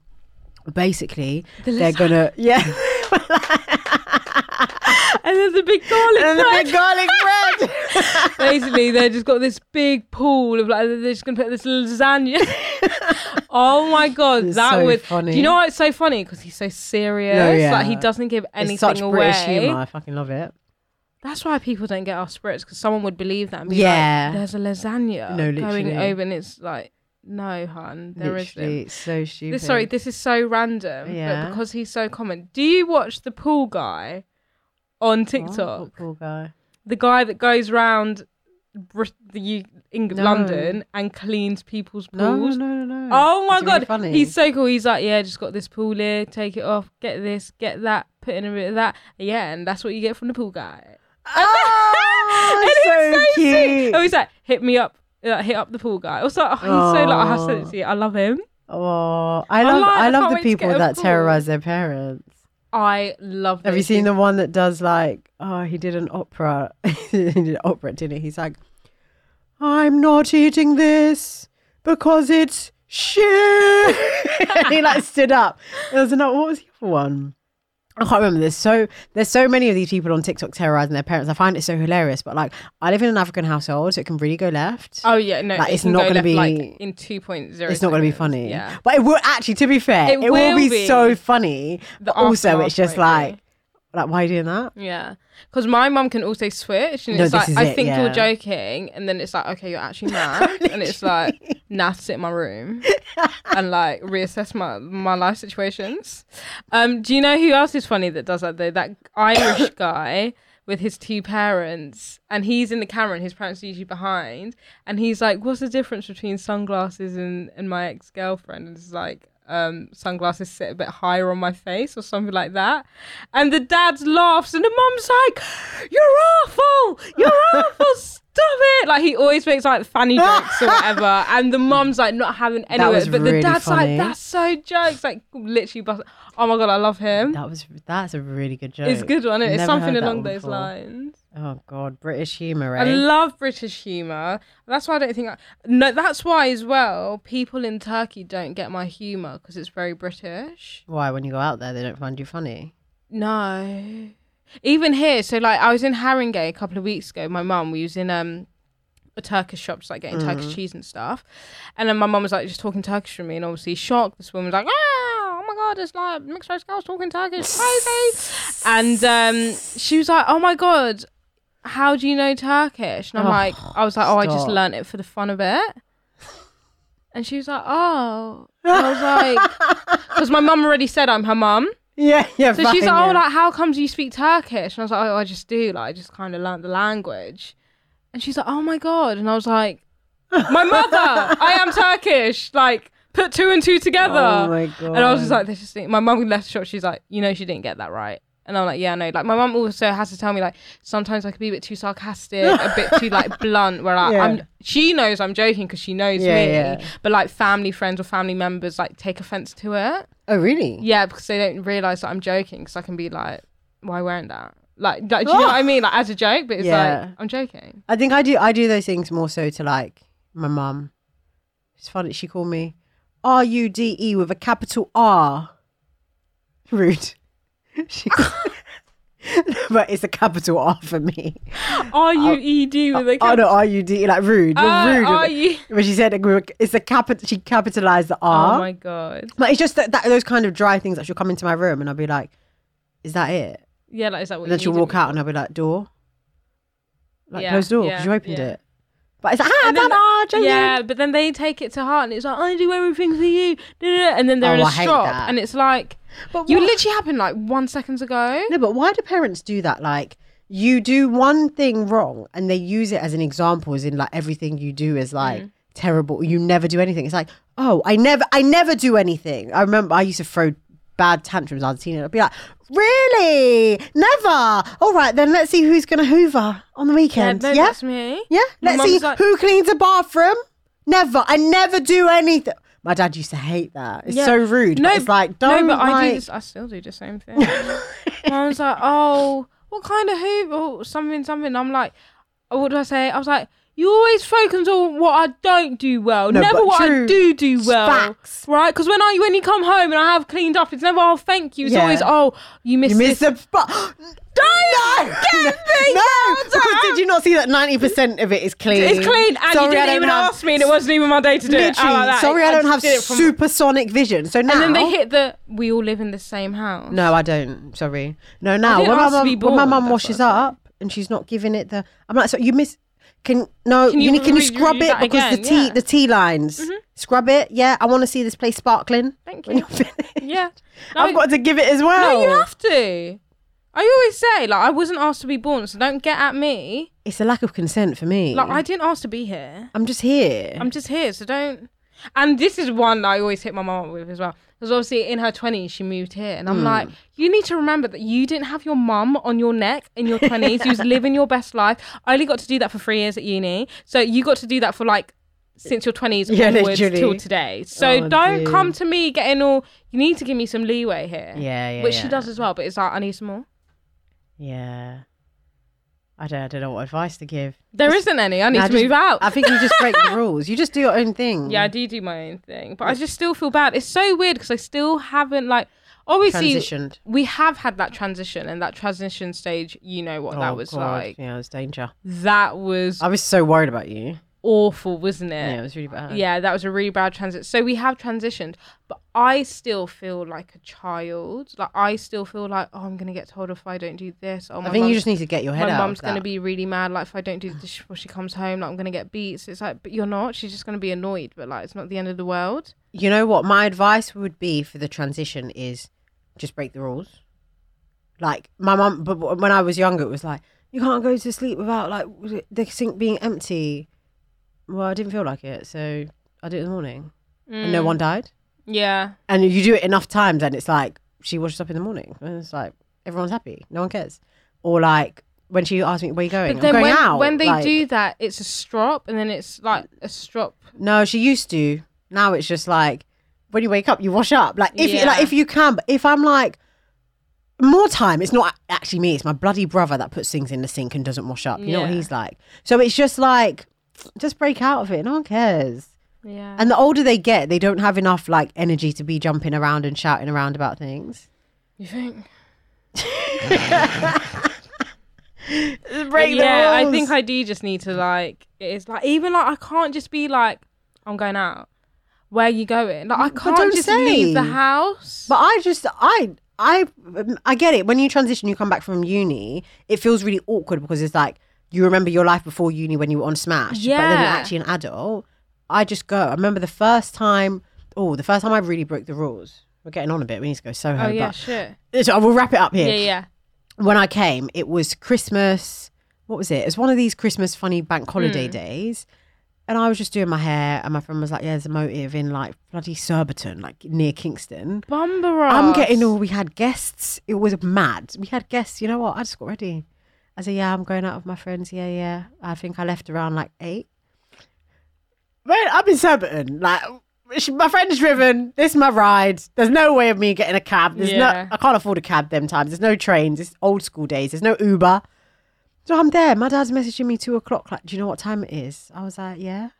Speaker 2: Basically, they're gonna yeah.
Speaker 1: And there's a big garlic
Speaker 2: and the
Speaker 1: bread.
Speaker 2: big garlic bread.
Speaker 1: Basically, they just got this big pool of like they're just gonna put this lasagna. oh my god,
Speaker 2: It's
Speaker 1: that
Speaker 2: so
Speaker 1: would.
Speaker 2: funny.
Speaker 1: Do you know why it's so funny? Because he's so serious.
Speaker 2: No, yeah.
Speaker 1: Like he doesn't give anything
Speaker 2: it's such
Speaker 1: away.
Speaker 2: British humour. I fucking love it.
Speaker 1: That's why people don't get our spirits because someone would believe that. And be
Speaker 2: Yeah.
Speaker 1: Like, there's a lasagna
Speaker 2: No,
Speaker 1: going
Speaker 2: literally.
Speaker 1: over, and it's like, no, hun, there isn't.
Speaker 2: Literally, it's so stupid.
Speaker 1: This, sorry, this is so random,
Speaker 2: Yeah.
Speaker 1: but because he's so common. Do you watch the pool guy on
Speaker 2: What?
Speaker 1: TikTok?
Speaker 2: What poor guy.
Speaker 1: The guy that goes round Brit- the U- England,
Speaker 2: No.
Speaker 1: London and cleans people's
Speaker 2: No, no,
Speaker 1: pools.
Speaker 2: no, no.
Speaker 1: Oh my
Speaker 2: It's really
Speaker 1: god,
Speaker 2: funny.
Speaker 1: he's so cool. He's like, yeah, just got this pool here. Take it off. Get this. Get that. Put in a bit of that. Yeah, and that's what you get from the pool guy.
Speaker 2: Oh,
Speaker 1: And
Speaker 2: so,
Speaker 1: it's
Speaker 2: cute.
Speaker 1: Oh, he's like, hit me up. Like, hit up the pool guy. Also, oh, he's so like, I have
Speaker 2: Aw.
Speaker 1: to see. I love him.
Speaker 2: Oh, I
Speaker 1: I'm
Speaker 2: love
Speaker 1: like,
Speaker 2: I
Speaker 1: I
Speaker 2: love the
Speaker 1: can't wait to get
Speaker 2: people
Speaker 1: a
Speaker 2: that
Speaker 1: pool.
Speaker 2: terrorize their parents.
Speaker 1: I love.
Speaker 2: Have you
Speaker 1: those
Speaker 2: seen
Speaker 1: people.
Speaker 2: the one that does like, oh, he did an opera, he did an opera dinner. He's like, I'm not eating this because it's shit. and he like stood up. There was another. What was the other one? I can't remember. There's so there's so many of these people on TikTok terrorizing their parents. I find it so hilarious. But like, I live in an African household, so it can really go left.
Speaker 1: Oh yeah, no,
Speaker 2: Like,
Speaker 1: it
Speaker 2: it's
Speaker 1: can
Speaker 2: not
Speaker 1: go
Speaker 2: gonna
Speaker 1: left, like,
Speaker 2: be-
Speaker 1: in two point zero.
Speaker 2: it's not going to be funny.
Speaker 1: Yeah,
Speaker 2: But it will actually, to be fair, it, will
Speaker 1: It will
Speaker 2: be,
Speaker 1: be.
Speaker 2: so funny. But also,
Speaker 1: aftermath
Speaker 2: it's just
Speaker 1: won't be.
Speaker 2: like, like, why are you doing that?
Speaker 1: yeah, because my mum can also switch, and
Speaker 2: No,
Speaker 1: it's
Speaker 2: this
Speaker 1: like
Speaker 2: is
Speaker 1: I
Speaker 2: it,
Speaker 1: think
Speaker 2: yeah.
Speaker 1: you're joking, and then it's like okay, you're actually mad, and it's like now I have to sit in my room and like reassess my my life situations. Um, do you know who else is funny that does that though? That Irish guy. With his two parents, and he's in the camera, and his parents are usually behind. And he's like, "What's the difference between sunglasses and, and my ex girlfriend?" And it's like, um, sunglasses sit a bit higher on my face or something like that. And the dad laughs and the mum's like, You're awful! You're awful! Stop it! Like he always makes like fanny jokes or whatever. And the mum's like not having any of
Speaker 2: was
Speaker 1: it. But
Speaker 2: really
Speaker 1: the dad's
Speaker 2: funny.
Speaker 1: like, That's so jokes. Like literally bust. Oh my god, I love him.
Speaker 2: That was that's a really good joke.
Speaker 1: It's a good one. isn't it? It's
Speaker 2: Never
Speaker 1: something
Speaker 2: heard that
Speaker 1: along
Speaker 2: one
Speaker 1: those
Speaker 2: before.
Speaker 1: lines.
Speaker 2: Oh god, British humour, eh?
Speaker 1: I
Speaker 2: right?
Speaker 1: love British humour. That's why I don't think I. No, that's why as well, people in Turkey don't get my humour because it's very British.
Speaker 2: Why when you go out there they don't find you funny?
Speaker 1: No. Even here, so like I was in Haringey a couple of weeks ago. with My mum, we was in um a Turkish shop, just like getting
Speaker 2: Mm-hmm.
Speaker 1: Turkish cheese and stuff. And then my mum was like just talking Turkish to me, and obviously shocked. This woman was like, ah, oh my god, it's like mixed race girls talking Turkish, crazy. and um, she was like, oh my god, how do you know Turkish? And I'm
Speaker 2: Oh,
Speaker 1: like, I was like, oh, I just
Speaker 2: stop.
Speaker 1: learnt it for the fun of it. And she was like, oh. And I was like, because my mum already said I'm her mum.
Speaker 2: Yeah, yeah.
Speaker 1: So she's like, oh, like, how comes you speak Turkish? And I was like, oh, I just do. Like, I just kind of learned the language. And she's like, oh my God. And I was like, my mother, I am Turkish. Like, put two and two together.
Speaker 2: Oh my god.
Speaker 1: And I was just like, this is my mum left the shop. She's like, you know, she didn't get that right. And I'm like, yeah, no. Like, my mum also has to tell me, like, sometimes I could be a bit too sarcastic, a bit too, like, blunt, where like,
Speaker 2: Yeah.
Speaker 1: I'm, she knows I'm joking because she knows
Speaker 2: Yeah,
Speaker 1: me.
Speaker 2: yeah.
Speaker 1: But, like, family friends or family members, like, take offense to it.
Speaker 2: oh really?
Speaker 1: Yeah, because they don't realize that I'm joking. Because I can be like, "Why wearing that?" Like, like do you know what I mean? Like as a joke, but it's
Speaker 2: Yeah.
Speaker 1: like I'm joking.
Speaker 2: I think I do. I do those things more so to like my mum. It's funny. She called me R U D E with a capital R. Rude. She. but it's a capital R for me.
Speaker 1: R U E D with a
Speaker 2: Oh
Speaker 1: cap-
Speaker 2: no, R U D like rude. You're
Speaker 1: Uh,
Speaker 2: rude.
Speaker 1: are you-
Speaker 2: But she said it grew- it's a capital. She capitalized the R.
Speaker 1: Oh my god.
Speaker 2: But it's just that, that those kind of dry things that she'll come into my room and I'll be like, "Is that it?"
Speaker 1: Yeah, like is that what?
Speaker 2: And then
Speaker 1: you
Speaker 2: she'll
Speaker 1: do?
Speaker 2: walk out and I'll be like, "Door, like
Speaker 1: Yeah,
Speaker 2: closed door because
Speaker 1: yeah,
Speaker 2: you opened
Speaker 1: yeah.
Speaker 2: it." But it's like, ah,
Speaker 1: And then-
Speaker 2: Baba, Jane."
Speaker 1: yeah, but then they take it to heart and it's like I do everything for you, da, da, da," and then they're
Speaker 2: Oh,
Speaker 1: in a
Speaker 2: I hate
Speaker 1: shop
Speaker 2: that.
Speaker 1: and it's like
Speaker 2: But
Speaker 1: you
Speaker 2: why-
Speaker 1: literally happened like one seconds ago.
Speaker 2: No, but why do parents do that? Like, you do one thing wrong and they use it as an example, as in like everything you do is
Speaker 1: Mm.
Speaker 2: like terrible. You never do anything. It's like, oh, I never, I never do anything. I remember I used to throw bad tantrums as a teenager. I'd be like, really, never. All right, then let's see who's gonna Hoover on the
Speaker 1: Yeah,
Speaker 2: weekend.
Speaker 1: no,
Speaker 2: Yeah, yeah.
Speaker 1: that's me. My
Speaker 2: Let's see
Speaker 1: mum's like-
Speaker 2: who cleans a bathroom. Never. I never do anything. My dad used to hate that. It's
Speaker 1: Yeah.
Speaker 2: so rude. No, it's like don't.
Speaker 1: No, but I do.
Speaker 2: like-
Speaker 1: This, I still do the same thing. I was like, oh, what kind of hoop or something, something. I'm like, oh, what do I say? I was like, you always focus on what I don't do well,
Speaker 2: No,
Speaker 1: never
Speaker 2: but
Speaker 1: what
Speaker 2: true.
Speaker 1: I do do well,
Speaker 2: Facts.
Speaker 1: right? Because when I when you come home and I have cleaned up, it's never oh thank you. It's
Speaker 2: Yeah.
Speaker 1: always oh you missed
Speaker 2: You missed
Speaker 1: this.
Speaker 2: the spot. Don't no, get me. No, because did you not see that ninety percent of it is clean?
Speaker 1: It's clean, and
Speaker 2: Sorry,
Speaker 1: you
Speaker 2: I
Speaker 1: didn't
Speaker 2: don't
Speaker 1: even
Speaker 2: have-
Speaker 1: ask me, and it wasn't even my day to do it. I
Speaker 2: Literally,
Speaker 1: like that.
Speaker 2: sorry, I, don't
Speaker 1: just
Speaker 2: have
Speaker 1: did it from-
Speaker 2: supersonic vision. So now,
Speaker 1: And then they hit the. We all live in the same house.
Speaker 2: No, I don't. Sorry. No, now
Speaker 1: didn't
Speaker 2: when my
Speaker 1: ask to
Speaker 2: mum
Speaker 1: be
Speaker 2: when my
Speaker 1: born,
Speaker 2: mum
Speaker 1: that's
Speaker 2: washes
Speaker 1: what I
Speaker 2: up and she's not giving it the, I'm like, so you miss. Can no?
Speaker 1: Can
Speaker 2: you,
Speaker 1: you
Speaker 2: need- can you
Speaker 1: re-
Speaker 2: scrub
Speaker 1: read
Speaker 2: it
Speaker 1: that
Speaker 2: because the
Speaker 1: again?
Speaker 2: tea
Speaker 1: Yeah. Mm-hmm.
Speaker 2: the tea lines. Scrub it. Yeah, I want to see this place sparkling.
Speaker 1: Thank
Speaker 2: When
Speaker 1: you.
Speaker 2: you're finished.
Speaker 1: Yeah. No,
Speaker 2: I've got to give it as well.
Speaker 1: No, you have to. I always say, like, I wasn't asked to be born, so don't get at me.
Speaker 2: It's a lack of consent for me.
Speaker 1: Like, I didn't ask to be here.
Speaker 2: I'm just here.
Speaker 1: I'm just here, so don't. And this is one that I always hit my mum up with as well. Because obviously in her 20s, she moved here. And I'm
Speaker 2: Mm.
Speaker 1: like, you need to remember that you didn't have your mum on your neck in your 20s. you was living your best life. I only got to do that for three years at uni. So you got to do that for like since your 20s
Speaker 2: Yeah,
Speaker 1: onwards
Speaker 2: literally.
Speaker 1: till today. So
Speaker 2: Oh,
Speaker 1: don't
Speaker 2: dude.
Speaker 1: come to me getting all, you need to give me some leeway here.
Speaker 2: Yeah, yeah,
Speaker 1: Which
Speaker 2: yeah.
Speaker 1: she does as well. But it's like, I need some more.
Speaker 2: yeah. I don't, I don't know what advice to give.
Speaker 1: There isn't any. I need
Speaker 2: Nah,
Speaker 1: to
Speaker 2: just-
Speaker 1: move out.
Speaker 2: I think you just break the rules. You just do your own thing.
Speaker 1: Yeah, I do do my own thing, but I just still feel bad. It's so weird because I still haven't like obviously
Speaker 2: Transitioned.
Speaker 1: we have had that transition and that transition stage. You know what that
Speaker 2: Oh,
Speaker 1: was
Speaker 2: God.
Speaker 1: like.
Speaker 2: Yeah, it was danger.
Speaker 1: That was
Speaker 2: I was so worried about you.
Speaker 1: awful, wasn't
Speaker 2: Yeah, it
Speaker 1: it?
Speaker 2: was really bad.
Speaker 1: Yeah, that was a really bad transit. So we have transitioned, but I still feel like a child. Like I still feel like, oh, I'm gonna get told if I don't do this. Oh,
Speaker 2: I
Speaker 1: my
Speaker 2: think you
Speaker 1: mum's-
Speaker 2: just need to get your head
Speaker 1: my
Speaker 2: out.
Speaker 1: mum's
Speaker 2: of
Speaker 1: gonna
Speaker 2: that.
Speaker 1: be really mad. Like if I don't do this before she comes home, like I'm gonna get beat. So it's like, but you're not. She's just gonna be annoyed. But like, it's not the end of the world.
Speaker 2: You know what? My advice would be for the transition is just break the rules. Like my mum, but but when I was younger, it was like you can't go to sleep without like w- the sink being empty. Well, I didn't feel like it, so I did it in the morning, and no one
Speaker 1: Mm.
Speaker 2: died.
Speaker 1: Yeah.
Speaker 2: And you do it enough times, and it's like she washes up in the morning, and it's like everyone's happy, no one cares. Or like when she asked me where you going,
Speaker 1: But
Speaker 2: I'm
Speaker 1: then
Speaker 2: going
Speaker 1: when,
Speaker 2: out.
Speaker 1: when they
Speaker 2: like-
Speaker 1: do that, it's a strop, and then it's like a strop.
Speaker 2: No, she used to. Now it's just like when you wake up, you wash up. Like if you,
Speaker 1: Yeah.
Speaker 2: like if you can, but if I'm like more time, it's not a- actually me. It's my bloody brother that puts things in the sink and doesn't wash up. You know what
Speaker 1: Yeah.
Speaker 2: he's like. So it's just like just break out of it. No one cares.
Speaker 1: Yeah.
Speaker 2: And the older they get, they don't have enough like energy to be jumping around and shouting around about things.
Speaker 1: you think?
Speaker 2: Break the
Speaker 1: yeah, I
Speaker 2: rules.
Speaker 1: think I do just need to like. It's like even like I can't just be like, I'm going out. Where you going? Like I can't
Speaker 2: don't
Speaker 1: just leave the
Speaker 2: say.
Speaker 1: house.
Speaker 2: But I just I I I get it. When you transition, you come back from uni. It feels really awkward because it's like you remember your life before uni when you were on Smash, but then you're
Speaker 1: Yeah.
Speaker 2: actually an adult. I just go. I remember the first time. Oh, the first time I really broke the rules. We're getting on a bit. We need to go Soho.
Speaker 1: oh yeah,
Speaker 2: but
Speaker 1: shit.
Speaker 2: so I will wrap it up here.
Speaker 1: Yeah, yeah.
Speaker 2: When I came, it was Christmas. What was it? It was one of these Christmas funny bank holiday
Speaker 1: Hmm.
Speaker 2: days. And I was just doing my hair, and my friend was like, Yeah, there's a motive in like bloody Surbiton, like near Kingston.
Speaker 1: Bumber.
Speaker 2: I'm getting all. We had guests. It was mad. We had guests. You know what? I just got ready. I said, "Yeah, I'm going out with my friends. Yeah, yeah. I think I left around like eight. Man, I'm in Surbiton. Like, sh- my friend's driven. This is my ride. There's no way of me getting a cab. There's
Speaker 1: Yeah.
Speaker 2: no. I can't afford a cab them times. There's no trains. It's old school days. There's no Uber. So I'm there. My dad's messaging me two o'clock. Like, do you know what time it is? I was like, yeah.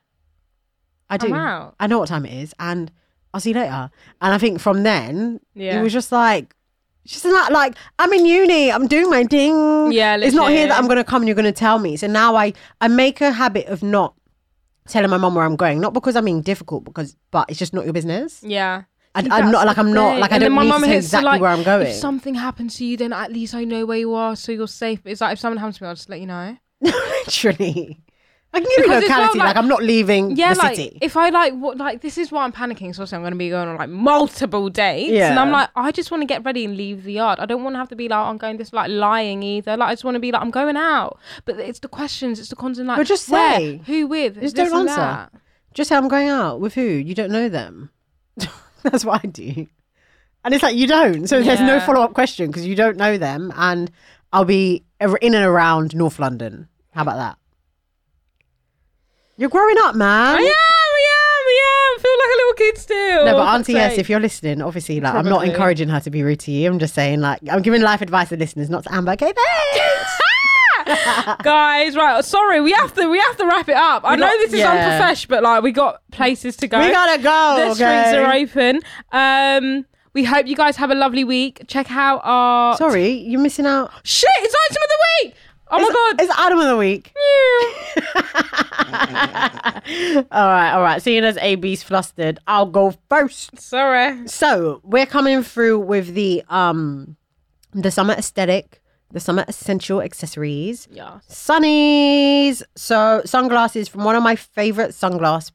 Speaker 2: I do.
Speaker 1: I'm out.
Speaker 2: I know what time it is, and I'll see you later. And I think from then,
Speaker 1: Yeah.
Speaker 2: it was just like, she's not like I'm in uni. I'm doing my thing.
Speaker 1: Yeah,
Speaker 2: it's not here
Speaker 1: literally.
Speaker 2: that I'm gonna come and you're gonna tell me. So now I I make a habit of not telling my mum where I'm going, not because I'm being difficult, because but it's just not your business.
Speaker 1: Yeah.
Speaker 2: And
Speaker 1: See,
Speaker 2: I'm
Speaker 1: that's
Speaker 2: not
Speaker 1: the
Speaker 2: like I'm not
Speaker 1: thing.
Speaker 2: like I
Speaker 1: And then
Speaker 2: don't
Speaker 1: my
Speaker 2: need to
Speaker 1: mum
Speaker 2: say
Speaker 1: hits the,
Speaker 2: exactly
Speaker 1: like,
Speaker 2: where I'm going.
Speaker 1: If something happens to you, then at least I know where you are, so you're safe. It's like if something happens to me, I'll just let you know.
Speaker 2: Literally, I can give you
Speaker 1: Because it's not
Speaker 2: locality. Like,
Speaker 1: like-
Speaker 2: I'm not leaving
Speaker 1: yeah,
Speaker 2: Mm. the
Speaker 1: like
Speaker 2: city.
Speaker 1: if I like what like this is why I'm panicking. So obviously I'm going to be going on like multiple dates,
Speaker 2: Yeah.
Speaker 1: and I'm like, I just want to get ready and leave the yard. I don't want to have to be like I'm going this like lying either. Like I just want to be like I'm going out, but it's the questions, it's the constant like,
Speaker 2: But just
Speaker 1: where,
Speaker 2: say.
Speaker 1: who with,
Speaker 2: Just
Speaker 1: this
Speaker 2: don't
Speaker 1: and
Speaker 2: answer.
Speaker 1: that.
Speaker 2: just say I'm going out with who you don't know them. That's what I do, and it's like you don't. So there's no
Speaker 1: Yeah.
Speaker 2: follow up question because you don't know them. And I'll be ar- in and around North London. How about that? You're growing up, man.
Speaker 1: I am, I am, I am. I feel like a little kid still.
Speaker 2: No, but
Speaker 1: For
Speaker 2: Auntie S,
Speaker 1: sake.
Speaker 2: if you're listening, obviously, like I'm not
Speaker 1: Probably.
Speaker 2: encouraging her to be rude to you. I'm just saying, like, I'm giving life advice to listeners, not to Amber. Okay, thanks.
Speaker 1: guys, right? Sorry, we have to we have to wrap it up. I know
Speaker 2: got-
Speaker 1: this is
Speaker 2: yeah.
Speaker 1: unprofesh, but like we got places to go.
Speaker 2: we gotta go.
Speaker 1: the streets are open. Um, we hope you guys have a lovely week. Check out our
Speaker 2: Sorry, you're missing out.
Speaker 1: shit. It's item of the week. Oh my god.
Speaker 2: It's Adam of the week. all right, all right. Seeing as AB's flustered, I'll go first.
Speaker 1: Sorry.
Speaker 2: So we're coming through with the um the summer aesthetic, the summer essential accessories.
Speaker 1: Yeah.
Speaker 2: Sunnies. So sunglasses from one of my favorite sunglass,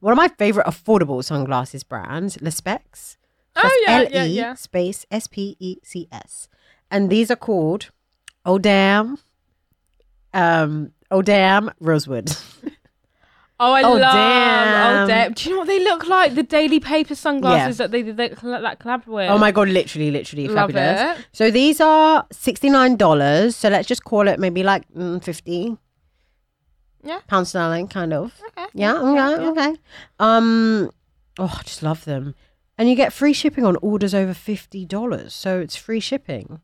Speaker 2: one of my favorite affordable sunglasses brands, Lespecs.
Speaker 1: Oh, yeah, yeah,
Speaker 2: L E
Speaker 1: yeah.
Speaker 2: space S P E C S. And these are called Odam, um, Odam Rosewood.
Speaker 1: Oh, I
Speaker 2: Oh,
Speaker 1: love.
Speaker 2: damn.
Speaker 1: Oh, damn. Do you know what they look like? The daily paper sunglasses that they did that, coll- that collab with.
Speaker 2: Oh my god, literally, literally
Speaker 1: Love
Speaker 2: fabulous.
Speaker 1: it.
Speaker 2: So these are sixty nine dollars. So let's just call it maybe like mm, fifty.
Speaker 1: Yeah.
Speaker 2: Pound sterling, kind of.
Speaker 1: Okay.
Speaker 2: Yeah. Okay. Okay. Um. Oh, I just love them, and you get free shipping on orders over fifty dollars. So it's free shipping.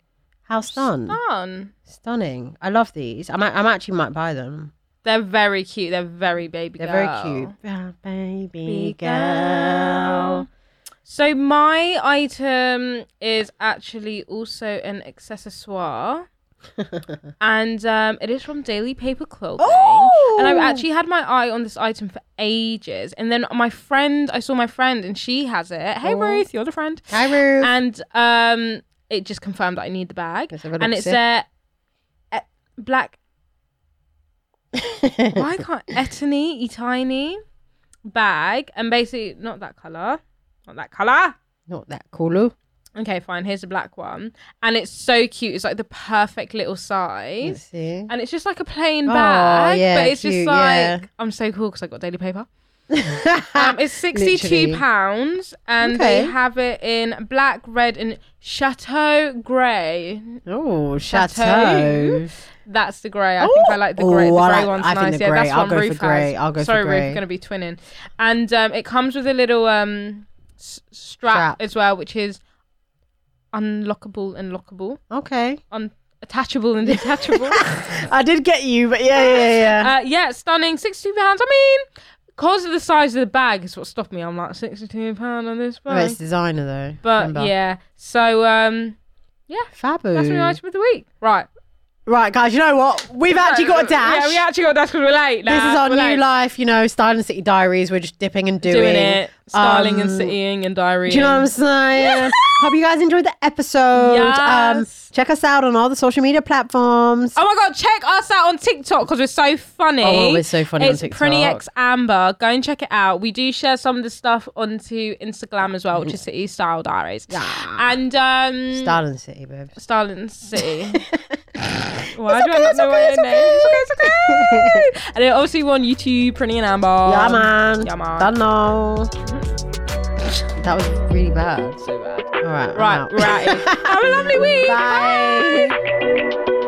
Speaker 2: How stunned!
Speaker 1: Fun.
Speaker 2: Stunning. I love these. I'm. I'm actually might buy them.
Speaker 1: They're very cute. They're very baby.
Speaker 2: They're
Speaker 1: girl.
Speaker 2: very cute. Ah, baby
Speaker 1: Baby
Speaker 2: girl.
Speaker 1: girl. So my item is actually also an accessoire. and um, it is from Daily Paper Clothing.
Speaker 2: Oh!
Speaker 1: And I've actually had my eye on this item for ages. And then my friend, I saw my friend and she has it. Hey, Ruth, you're the friend.
Speaker 2: Hi, Ruth.
Speaker 1: And um, it just confirmed that I need the bag.
Speaker 2: Let's have a look,
Speaker 1: And it's
Speaker 2: sis.
Speaker 1: a, e- black. Why can't Etony, Etiny bag. And basically, not that color. Not that color.
Speaker 2: Not that cool.
Speaker 1: Okay, fine. Here's a black one. And it's so cute. It's like the perfect little
Speaker 2: Let's
Speaker 1: size.
Speaker 2: see.
Speaker 1: And it's just like a plain
Speaker 2: Mm. Oh,
Speaker 1: bag.
Speaker 2: yeah,
Speaker 1: but it's
Speaker 2: cute,
Speaker 1: just
Speaker 2: yeah.
Speaker 1: like, I'm so cool because I got daily paper. Um, it's 62
Speaker 2: Literally.
Speaker 1: pounds. And
Speaker 2: Okay.
Speaker 1: they have it in black, red, and chateau grey.
Speaker 2: Oh,
Speaker 1: Chateau.
Speaker 2: chateau.
Speaker 1: That's the grey. I
Speaker 2: Oh.
Speaker 1: think I like the grey. The
Speaker 2: Oh, I
Speaker 1: grey
Speaker 2: like-
Speaker 1: one's
Speaker 2: I think the
Speaker 1: nice. yeah,
Speaker 2: grey.
Speaker 1: that's
Speaker 2: I'll
Speaker 1: one
Speaker 2: go for
Speaker 1: Ruth
Speaker 2: grey.
Speaker 1: has.
Speaker 2: I'll go for
Speaker 1: Sorry,
Speaker 2: grey.
Speaker 1: Ruth, going to be twinning. And um, it comes with a little um, s- strap,
Speaker 2: Strap.
Speaker 1: as well, which is unlockable and lockable,
Speaker 2: Okay.
Speaker 1: un- attachable and detachable.
Speaker 2: I did get you, but yeah, yeah, yeah.
Speaker 1: uh, yeah, stunning. Sixty-two pounds. I mean, because of the size of the bag is what stopped me. I'm like sixty-two pound on this
Speaker 2: but
Speaker 1: bag.
Speaker 2: it's designer though.
Speaker 1: Um, but
Speaker 2: remember.
Speaker 1: yeah, so um, yeah, that's my
Speaker 2: Fabu.
Speaker 1: item of the week. Right.
Speaker 2: Right, guys, you know what? We've actually got a dash.
Speaker 1: Yeah, we actually got a dash because we're late.
Speaker 2: this
Speaker 1: nah,
Speaker 2: is our
Speaker 1: we're
Speaker 2: new
Speaker 1: late.
Speaker 2: life, you know, Style and City Diaries. We're just dipping and doing,
Speaker 1: doing it, styling and
Speaker 2: Um,
Speaker 1: sitting and diary.
Speaker 2: Do you know what I'm saying? Hope you guys enjoyed the episode. Um,
Speaker 1: Yes.
Speaker 2: check us out on all the social media platforms.
Speaker 1: Oh my god, check us out on TikTok because we're so funny.
Speaker 2: Oh, we're so funny on
Speaker 1: It's
Speaker 2: TikTok.
Speaker 1: Prinny X Amber. Go and check it out. We do share some of the stuff onto Instagram as well, which is City Style Diaries.
Speaker 2: Yeah.
Speaker 1: And um
Speaker 2: Style and City, babes.
Speaker 1: Style and City. Why do I not
Speaker 2: it's
Speaker 1: know
Speaker 2: okay,
Speaker 1: my
Speaker 2: it's
Speaker 1: name?
Speaker 2: okay.
Speaker 1: It's okay, it's okay. and then obviously we're on YouTube, Prinny and Amber.
Speaker 2: yeah, man.
Speaker 1: Oh. yeah, man.
Speaker 2: Don't know. That was really bad.
Speaker 1: So bad.
Speaker 2: All right. I'm
Speaker 1: Right,
Speaker 2: out.
Speaker 1: we're out. here. Have a lovely week.
Speaker 2: Bye.